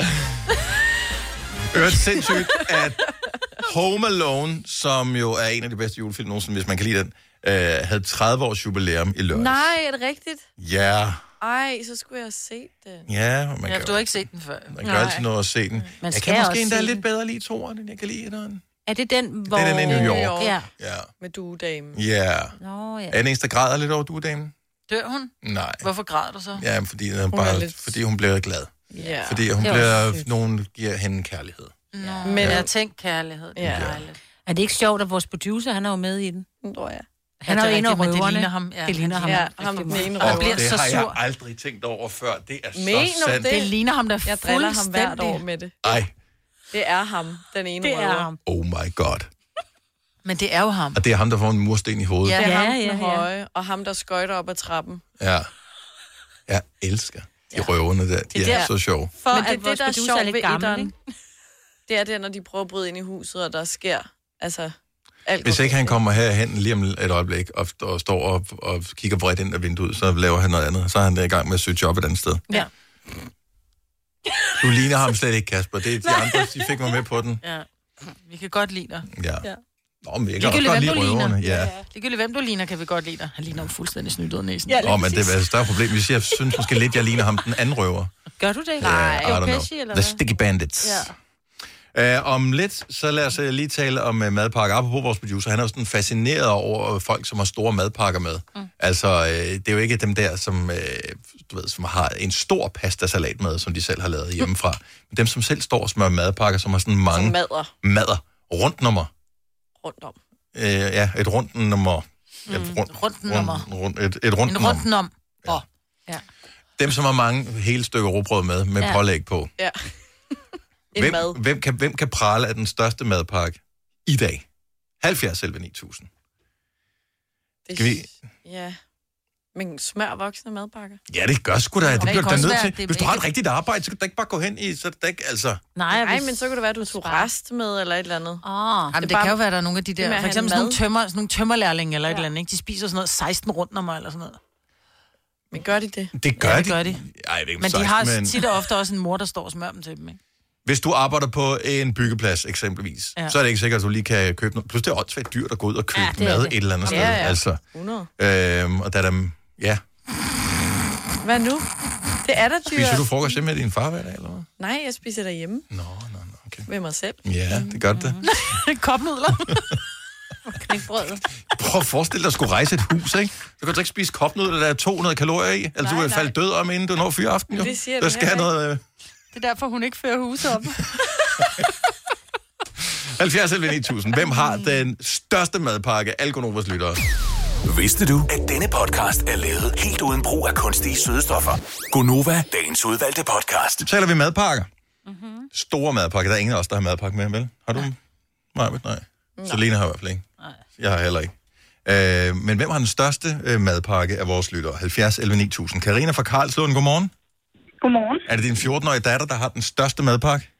Øh. Øvrigt sindssygt, at Home Alone, som jo er en af de bedste julefilm nogensinde, hvis man kan lide den, øh, havde 30 års jubilæum i lørdag. Nej, er det rigtigt? Ja, Ej, så skulle jeg have set det. ja, man Ja, kan, for du har ikke set den før. man kan altid noget at se den. Mm. Man jeg skal kan måske også endda se lidt bedre lide toeren, end jeg kan lide etteren. Er det den, hvor... Det er den i New York. Ja. Ja. Med duedamen. Ja. Nå, ja. Er den eneste, der græder lidt over duedamen? Dør hun? Nej. Hvorfor græder du så? Ja, men fordi, hun Hun er bare, lidt- lidt... fordi hun bliver glad. Ja. Fordi hun Det er også bliver, sødt. nogen giver hende kærlighed. Nå, Men- men jeg tænkte kærlighed. Det Ja. er dejligt. Er det ikke sjovt, at vores producer, han er jo med i den? Tror jeg. Han Ja, er det jo er en af rigtigt, men det røverne. ligner ham. Ja, Det ligner han ham. ligner- rigtig ham den meget. ene Og Jeg bliver det så har jeg sur. aldrig tændt over før. Det er Mener så du sandt. Det ligner ham, der Jeg driller ham hvert år fuldstændig. med det. Ej, Det er ham, den ene Det er røver. ham. oh my god. Men det er jo ham. Og det er ham, der får en mursten i hovedet. Ja, det er ham, Ja, den ja, ja. høje, og ham, der skøjter op ad trappen. ja. Jeg elsker de røverne der. De Det er der- så sjove. For Men Men det er det, at vores det, der er producer er sjovt lidt ved gammel, etteren, det er det, når de prøver at bryde ind i huset, og der sker, altså, alt Hvis går ikke han kommer herhen lige om et øjeblik og, og står og, og kigger bredt ind ad vinduet, så laver han noget andet. Så er han der i gang med at søge job et andet sted. Ja. Du ligner ham slet ikke, Kasper. Det er de andre, de fik mig med på den. Ja. Vi kan godt lide dig. Ja. Nå, men jeg kan også Ligegyldigt, godt hvem lide du ligner. røverne. Ja. Ligegyldigt, hvem du ligner, kan vi godt lide dig. Han ligner jo fuldstændig snydt ud af næsen. Åh, oh, men det er et større problem, hvis jeg synes måske lidt, jeg ligner ham den anden røver. Gør du det? Ja, I don't know. Pesci, eller hvad? The Sticky Bandits. Ja. Uh, om lidt, så lad os øh, lige tale om uh, madpakker. Apropos vores producer, han er jo sådan fascineret over øh, folk, som har store madpakker med. Mm. Altså, uh, det er jo ikke dem der, som, uh, du ved, som har en stor pastasalat med, som de selv har lavet hjemmefra. Men dem, som selv står og smører madpakker, som har sådan mange Som madder madder. Rundt nummer. rundt om. Uh, ja, et rundt nummer. Mm. Ja, rundt, rundt nummer. Rund, rund, et, et rundt En nummer. rundt om. Åh, Ja. Dem, som har mange hele stykker råbrød med, med Ja. ja. pålæg på. Ja. En Hvem, mad. hvem, kan, hvem kan prale af den største madpakke i dag? 70 selv 9000. Det, Skal vi- Ja. Men smør voksne madpakker. Ja, det gør sgu da. Det det bliver kan du da også nødt være, at til. det er Hvis du har et ikke- rigtigt arbejde, så kan du da ikke bare gå hen i, så er det da ikke, altså... Nej, Nej men så kunne det være, at du tog rest med eller et eller andet. Oh, Ah. Jamen, det, det kan jo være, at der er nogle af de der, for eksempel sådan nogle, tømmer, sådan nogle tømmerlærlinge eller ja. et eller andet, ikke? De spiser sådan noget 16 rundt om mig eller sådan noget. Men gør de det? Det gør, ja, det de. gør de. Ej, jeg ved ikke, Men de har men... tit og ofte også en mor, der står og smører dem til dem, ikke? Hvis du arbejder på en byggeplads, eksempelvis, Ja. ja. så er det ikke sikkert, at du lige kan købe noget. Plus, det er åndssvagt dyrt at gå ud og købe Ja, ja, det er mad det. et eller andet Ja, sted. ja. Altså, 100. øhm, og der er dem... Ja. Hvad nu? Det er der dyr. Spiser du frokost hjemme med din far hver dag, eller hvad? Nej, jeg spiser derhjemme. Nå, nå, nå. Okay. Med mig selv. Ja, det gør det. Mm-hmm. da. Kopnudler. Knækbrødet. Prøv at forestille dig at skulle rejse et hus, ikke? Så kan du ikke spise kopnødder, der er 200 kalorier i. Altså, du Nej, vil falde død om, inden du når fyreaften, jo. Det siger du den skal her, have noget... Øh, Det er derfor, hun ikke fører huset op. 70 eller 9000. Hvem har den største madpakke? Algonovas lyttere. Vidste du, at denne podcast er lavet helt uden brug af kunstige sødestoffer? Gonova, dagens udvalgte podcast. Så taler vi madpakker. Mm-hmm. Store madpakker. Der er ingen af os, der har madpakke med, vel? Har du? dem? Nej, men nej. Så Lena har i hvert fald ikke. Nej. Jeg har heller ikke. Øh, men hvem har den største øh, madpakke af vores lyttere? 70 11 9000. Karina fra Karlslund, godmorgen. Godmorgen. Er det din 14-årige datter, der har den største madpakke? Mm.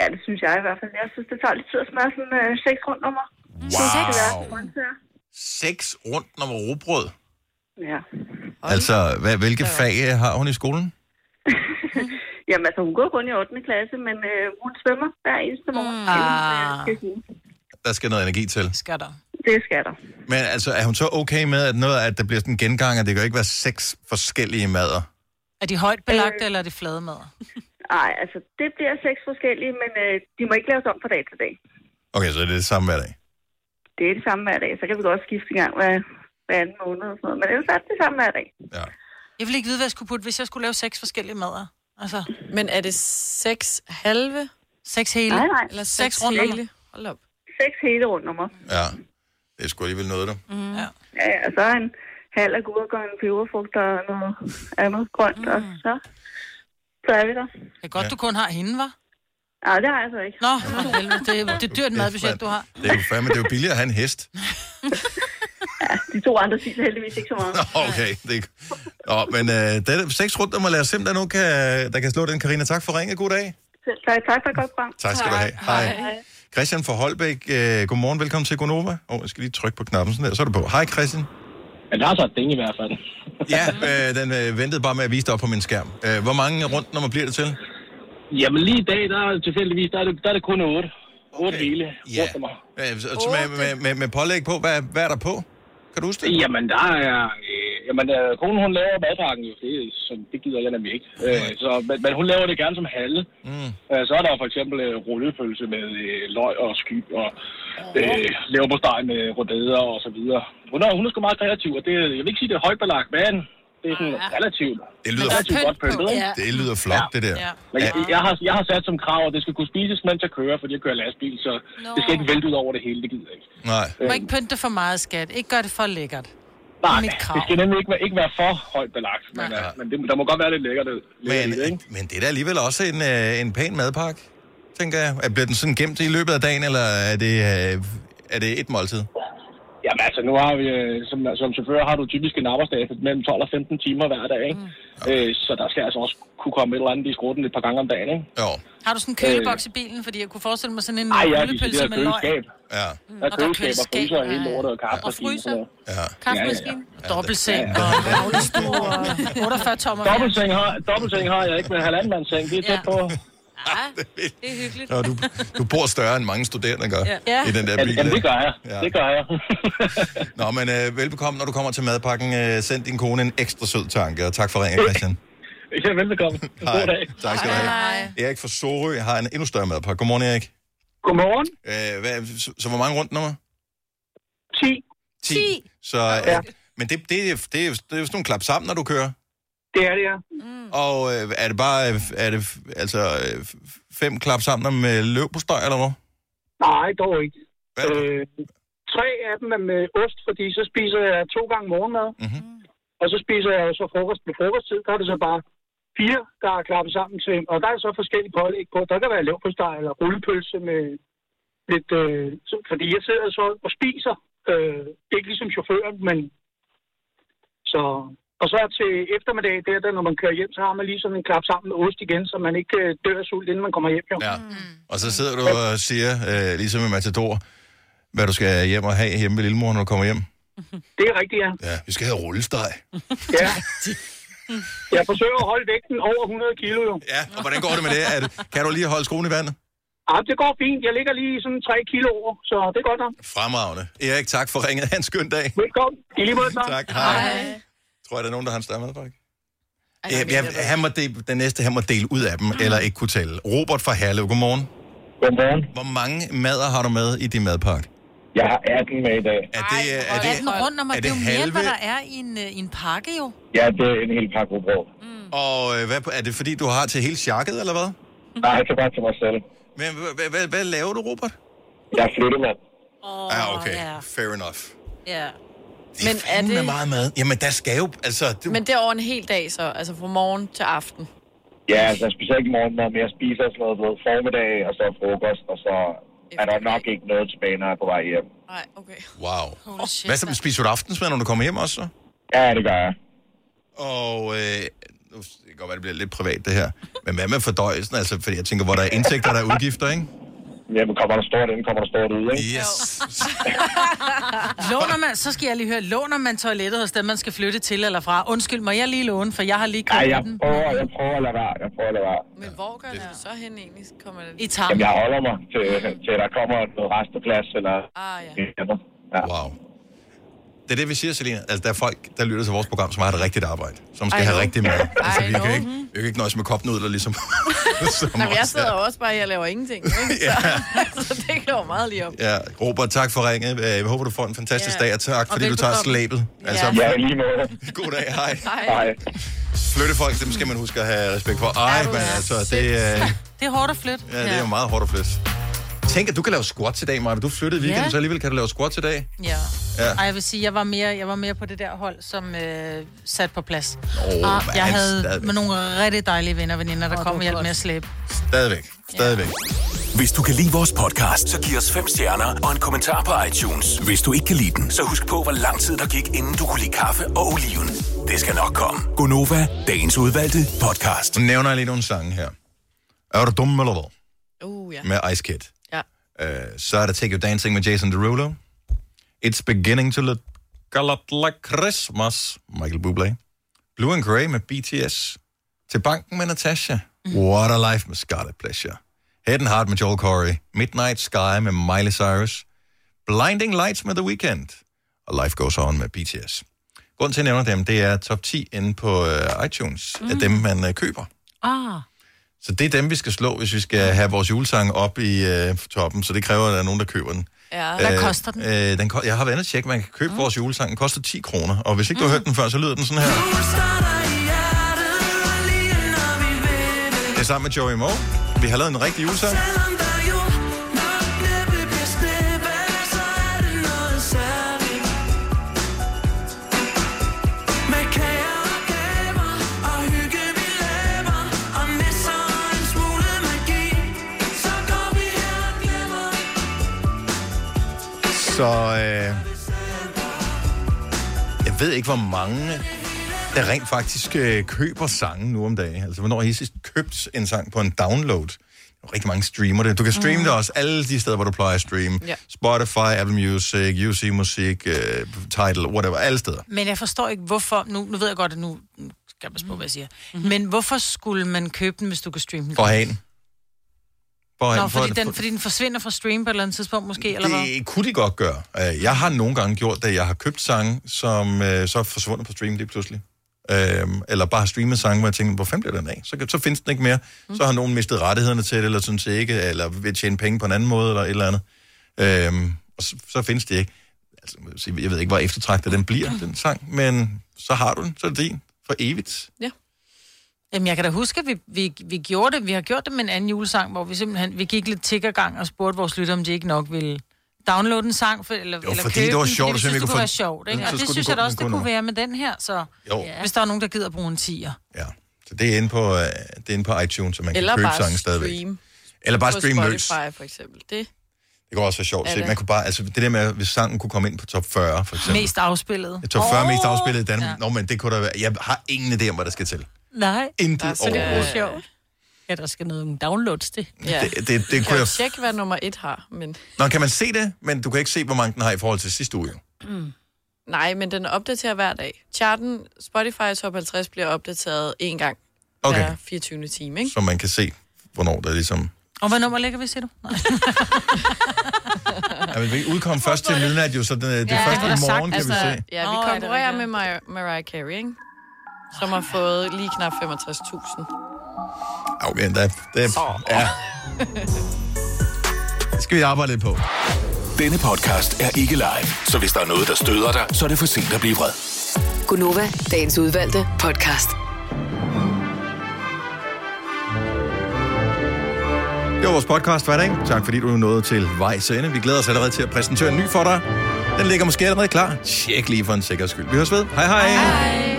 Ja, det synes jeg i hvert fald. Jeg synes, det tager lidt tid at smøre sådan øh, seks rundt om mig. Wow. Wow. Seks rundt om rugbrød. Ja. Altså, hvad, hvilke fag øh, har hun i skolen? Jamen, altså, hun går kun i 8. klasse, men øh, hun svømmer hver eneste morgen. inden, øh, skal i skole. Der skal noget energi til. Skal der. Det skal der. Men altså, er hun så okay med, at noget at der bliver sådan en gengang, at det kan jo ikke være seks forskellige mader? Er de højt belagte, øh... eller er de flade mad? Nej, altså, det bliver seks forskellige, men øh, de må ikke laves om fra dag til dag. Okay, så det er det samme hver dag. Det er det samme hver dag. Så kan vi godt skifte en gang hver, hver anden måned og sådan noget. Men ellers er det det samme hver dag. Jeg ville ikke vide, hvad jeg skulle putte, hvis jeg skulle lave seks forskellige mader. Altså, Men er det seks halve? Seks hele? Nej, nej. Eller seks, Seks seks rundt hele. hele. Hold op. Seks hele rundt om Ja. Det er sgu alligevel noget, der. Mm. Ja. ja, og så en halv agurk og en peberfrugt og noget andet grønt, mm. og så, så er vi der. Det er godt, ja. du kun har hende, var? Nej, det har jeg så ikke. Nå, for helvede, det, er- det er dyrt madbudget, du har. Det er jo fandme, det er jo billigere at have en hest. De to andre siger heldigvis ikke så meget. Nå, okay. Det, er- Nå, men øh, det er seks rundt, om at lade os se, om der er nogen, kan, der kan slå den. Karina, tak for ringet. God dag. Selv tak, tak for et godt program. Tak skal du have. Hej. Christian fra Holbæk, øh, godmorgen, velkommen til Gonova. Åh, oh, jeg skal lige trykke på knappen sådan der, så er du på. Hej Christian. Men der er så et ding i hvert fald. ja, øh, den øh, ventede bare med at vise det op på min skærm. Øh, hvor mange rundt nummer bliver det til? Jamen lige i dag, der er tilfældigvis, der er det, der er det kun otte. Otte hvile. Ja. Øh, så- så med, med, med, med pålæg på, hvad, hvad er der på? Kan du huske det? Jamen, der er... Øh, jamen, øh, konen hun laver madpakken jo, det, er sådan- det gider jeg nemlig ikke. Øh, så, men, men, hun laver det gerne som halve. Mm. Øh, så er der jo for eksempel øh, rullepølse med øh, løg og sky og øh, leverpostej med rodader og så videre. Hun er, hun er sgu meget kreativ, og det, jeg vil ikke sige, det er højbelagt, men det er sådan relativt, Det lyder- relativt godt pyntet. ikke? Det lyder flot, ja. det der. Ja. Men jeg, jeg, har, jeg har sat som krav, at det skal kunne spises, mens jeg kører, fordi jeg kører lastbil, så no. det skal ikke vælte ud over det hele, det gider jeg ikke. Øh, Nej. Du må ikke pynte det for meget, skat. Ikke gør det for lækkert. Nej, er mit krav. det skal nemlig ikke være, ikke være for højt belagt, men, ja. men det, der må godt være lidt lækkert. Men, men det er da alligevel også en, øh, en pæn madpakke, tænker jeg. Er- Bliver den sådan gemt i løbet af dagen, eller er det, øh, er det et måltid? Jamen altså, nu har vi, øh, som, som chauffør har du typisk en arbejdsdag på mellem 12 og 15 timer hver dag, ikke? Mm. Øh, så der skal altså også kunne komme et eller andet i skrutten et par gange om dagen, ikke? Jo. Har du sådan en køleboks i bilen? Fordi jeg kunne forestille mig sådan en Ej, ja, de rullepølse der med løg. Mm. køleskab. Ja. Der er og der er køleskab og fryser og hele køleskab, lortet og kaffemaskine. fryser. sådan noget. Ja. Kaffemaskine, dobbeltseng og rullestol og 48 tommer. Dobbeltseng har, dobbeltseng har jeg ikke, men halvandmandsseng, det er tæt på. Det er hyggeligt. Nå, du, du bor større end mange studerende gør Ja. i den der Ja, bil. jamen, det gør jeg. Det gør jeg. Nå, men øh, velbekomme, når du kommer til madpakken. Øh, send din kone en ekstra sød tanke, og tak for ringen, Christian. Ja, velbekomme. God dag. Tak skal du have. Erik fra Sorø har en endnu større madpakke. Godmorgen, Erik. Godmorgen. Øh, hvad, så, så hvor mange rundt nummer? 10. 10. 10. Så, øh, ja. Men det, det, er- det, er, jo- det er jo sådan nogle klap sammen, når du kører. Det er det, ja. Mm. Og øh, er det bare øh, er det, f- altså, øh, f- fem klap sammen med løb på støj, eller hvad? Nej, dog ikke. Øh, tre af dem er med ost, fordi så spiser jeg to gange morgenmad. Mm-hmm. Og så spiser jeg jo så frokost på frokosttid. Der er det så bare fire, der er klappet sammen til. Og der er så forskellige pålæg på. Der kan være leverpostej eller rullepølse med lidt... Øh, så- fordi jeg sidder så og spiser. Øh, ikke ligesom chaufføren, men... Så, og så til eftermiddag, der, der, når man kører hjem, så har man lige sådan en klap sammen med ost igen, så man ikke øh, dør af sult, inden man kommer hjem. Jo. Ja. Og så sidder du og siger, øh, ligesom i Matador, hvad du skal hjem og have hjemme ved lillemor, når du kommer hjem. Det er rigtigt, ja. Ja, vi skal have rullesteg. Ja. Jeg forsøger at holde vægten over 100 kilo, jo. Ja, og hvordan går det med det? Er det kan du lige holde skruen i vandet? Ja, Ah, det går fint. Jeg ligger lige sådan 3 kilo over, så det er godt nok. Fremragende. Erik, tak for ringet. Ha' en skøn dag. Velkommen. I lige måde, tak. Tak. Hej. Hej. Tror jeg, der er nogen, der har en større madpakke? Ej, Ja, jeg, han må de, den næste, han må dele ud af dem, eller ikke kunne tælle. Robert fra Herlev, godmorgen. Godmorgen. Hvor mange mader har du med i din madpakke? Jeg har 18 med i dag. Er det, er Er den det, rundt om, er det, det er jo det mere, end hvad halve? der er i en, øh, i en pakke jo. Ja, det er en hel pakke rugbrød. Og øh, hvad, er det fordi, du har til hele sjakket, eller hvad? Nej, det er bare til mig selv. Men hvad, hvad, hvad, hvad laver du, Robert? Jeg er flyttemand. Oh, ja, okay. Fair enough. Ja. Det men er det... meget mad. Jamen, der skal jo... Altså, det, Men det er over en hel dag så, altså fra morgen til aften. Ja, altså, jeg spiser ikke morgenmad, men jeg spiser sådan noget både formiddag og så frokost, og så er der nok ikke noget tilbage, når jeg er på vej hjem. Nej, okay. wow. Holy shit, Hvad så, spiser du aftensmad, når du kommer hjem også? så? Ja, det gør jeg. Og øh, nu det kan godt være, det bliver lidt privat, det her. Men hvad med fordøjelsen? Altså, fordi jeg tænker, hvor der er indtægter, der er udgifter, ikke? Jamen, kommer der stort ind, kommer der stort ud, ikke? Yes. Låner man, så skal jeg lige høre, låner man toilettet hos dem, man skal flytte til eller fra? Undskyld, må jeg lige låne, for jeg har lige Nej, købt jeg den. prøver, jeg prøver at lade være, jeg prøver at lade være. Men hvor gør du så hen egentlig? Kommer det... I Jamen, jeg holder mig til, til der kommer noget resteplads, eller... Ah, ja. Ja. Wow. Det er det, vi siger, Selina. Altså, der er folk, der lytter til vores program, som har et rigtigt arbejde. Som skal I have know. rigtig mad. Altså, I vi know. kan, ikke, vi kan ikke nøjes med koppen ud, der ligesom... som Nå, men jeg os der. sidder også bare her og laver ingenting, ikke? Ja. Så, så det går meget lige op. Ja, Robert, tak for ringet. Øh, Jeg håber, du får en fantastisk Ja. dag, og tak, Og fordi du tager velbekomme. slæbet. Ja. Ja, i lige måde. God dag, hej. Hej. Hej. Flyttefolk, dem skal man huske at have respekt for. Ej, men altså, det, øh, ja, Det er hårdt at flytte. det er jo meget hårdt at flytte. Tænk, at du kan lave squats i dag, Maja. Du flyttede i weekenden, Ja. så alligevel kan du lave squats i dag. Ja. Ja. ja. Ej, jeg vil sige, jeg var mere, jeg var mere på det der hold, som øh, sat på plads. Åh, og men jeg han havde stadigvæk. med nogle rigtig dejlige venner og veninder, der kom og hjalp med at slæbe. Stadigvæk. Stadigvæk. Hvis du kan lide vores podcast, så giv os fem stjerner og en kommentar på iTunes. Hvis du ikke kan lide den, så husk på, hvor lang tid der gik, inden du kunne lide kaffe og oliven. Det skal nok komme. Gonova, dagens udvalgte podcast. Nu nævner jeg lige nogle sange her. Er du dum eller hvad? Uh, ja. Med Ice Kid. Ja. Øh, så er der Take You Dancing med Jason Derulo. It's Beginning to Look a Lot Like Christmas, Michael Bublé. Blue and Grey med BTS. Til banken med Natasha. Mm. What a Life med Scarlet Pleasure. Head and Heart med Joel Corey. Midnight Sky med Miley Cyrus. Blinding Lights med The Weeknd. Og Life Goes On med BTS. Grunden til, at jeg nævner dem, det er top 10 inde på øh, iTunes mm. af dem, man øh, køber. Ah. Så det er dem, vi skal slå, hvis vi skal have vores julesang op i øh, toppen. Så det kræver, at der er nogen, der køber den. Ja. Hvad Øh, koster den? Øh, den ko- jeg har været inde og tjekke, man kan købe mm. vores julesang. Den koster 10 kroner, og hvis ikke Mm. du har hørt den før, så lyder den sådan her. Det er sammen med Joey Moe. Vi har lavet en rigtig julesang. Så øh, jeg ved ikke, hvor mange der rent faktisk øh, køber sange nu om dagen. Altså, hvornår har I sidst købt en sang på en download? Der er rigtig mange streamer det. Du kan streame mm. det også alle de steder, hvor du plejer at streame. Ja. Spotify, Apple Music, UC Musik, øh, Tidal, whatever. Alle steder. Men jeg forstår ikke, hvorfor... Nu, nu ved jeg godt, at nu nu skal jeg passe på, hvad jeg siger. Men hvorfor skulle man købe den, hvis du kan streame den? For at have den. For, at- Nå, fordi, at- den, fordi den forsvinder fra stream på et eller andet tidspunkt måske, eller hvad? Det kunne de godt gøre. Øh, Jeg har nogle gange gjort, da jeg har købt sange, som øh, så er forsvundet på stream lige pludselig. Øhm, eller bare har streamet sange, hvor jeg tænker, hvor fanden blev den af? Så, kan- så findes den ikke mere. Mm. Så har nogen mistet rettighederne til det, eller synes ikke, eller vil tjene penge på en anden måde, eller et eller andet. Øhm, og så, så findes det ikke. Altså, jeg vil sige, jeg ved ikke, hvor eftertragtet den bliver, den sang, men så har du den, så er det din for evigt. Jamen, jeg kan da huske, at vi, vi, vi gjorde det. Vi har gjort det med en anden julesang, hvor vi simpelthen vi gik lidt tiggergang og spurgte vores lytter, om de ikke nok ville downloade en sang, for, eller, Jo, eller fordi købe det var den, sjovt, fordi vi så synes, vi det kunne kunne få- være sjovt. Ikke? Ja, Og så det skulle synes den jeg gå- da også, den det gå kunne nu. være med den her, så Jo. hvis der er nogen, der gider at bruge en tiger. Så det er inde på, øh, det er inde på iTunes, så man Eller kan købe bare sange stadigvæk. stream. Eller bare På streame løs. Spotify, for eksempel. Det Det kunne også være sjovt at se. Eller- Man kunne bare, altså det der med, at hvis sangen kunne komme ind på top 40, for eksempel. Mest afspillet. Top 40 oh, mest afspillet i Danmark. Ja. Nå, men det kunne der være. Jeg har ingen idé om, hvad der skal til. Nej. Intet Så det er overhovedet. sjovt. Ja, der skal nogle downloads til. Ja. Det, det, det kan kunne jo jeg... tjekke, hvad nummer et har, men... Nå, kan man se det, men du kan ikke se, hvor mange den har i forhold til sidste uge. jo. Mm. Nej, men den opdaterer hver dag. Charten Spotify Top 50 bliver opdateret en gang Okay. hver 24. time, ikke? Så man kan se, hvornår der ligesom... Og hvad nummer ligger vi, siger du? Nej. Ja, men vi udkom først til midnat jo, så øh, det, det altså. Ja, ja, første det er i morgen kan vi se. Ja, vi Nå, ja, det er konkurrerer med Mar- Mariah Carey, ikke? Som har fået lige knap 65.000. Okay, der, der, ja. Det skal vi arbejde lidt på. Denne podcast er ikke live, så hvis der er noget, der støder dig, så er det for sent at blive vred. Gunova, dagens udvalgte podcast. Det var vores podcast hver dag. Tak fordi du nåede til vejs ende. Vi glæder os allerede til at præsentere en ny for dig. Den ligger måske allerede klar. Tjek lige for en sikker skyld. Vi høres ved. Hej hej. hej.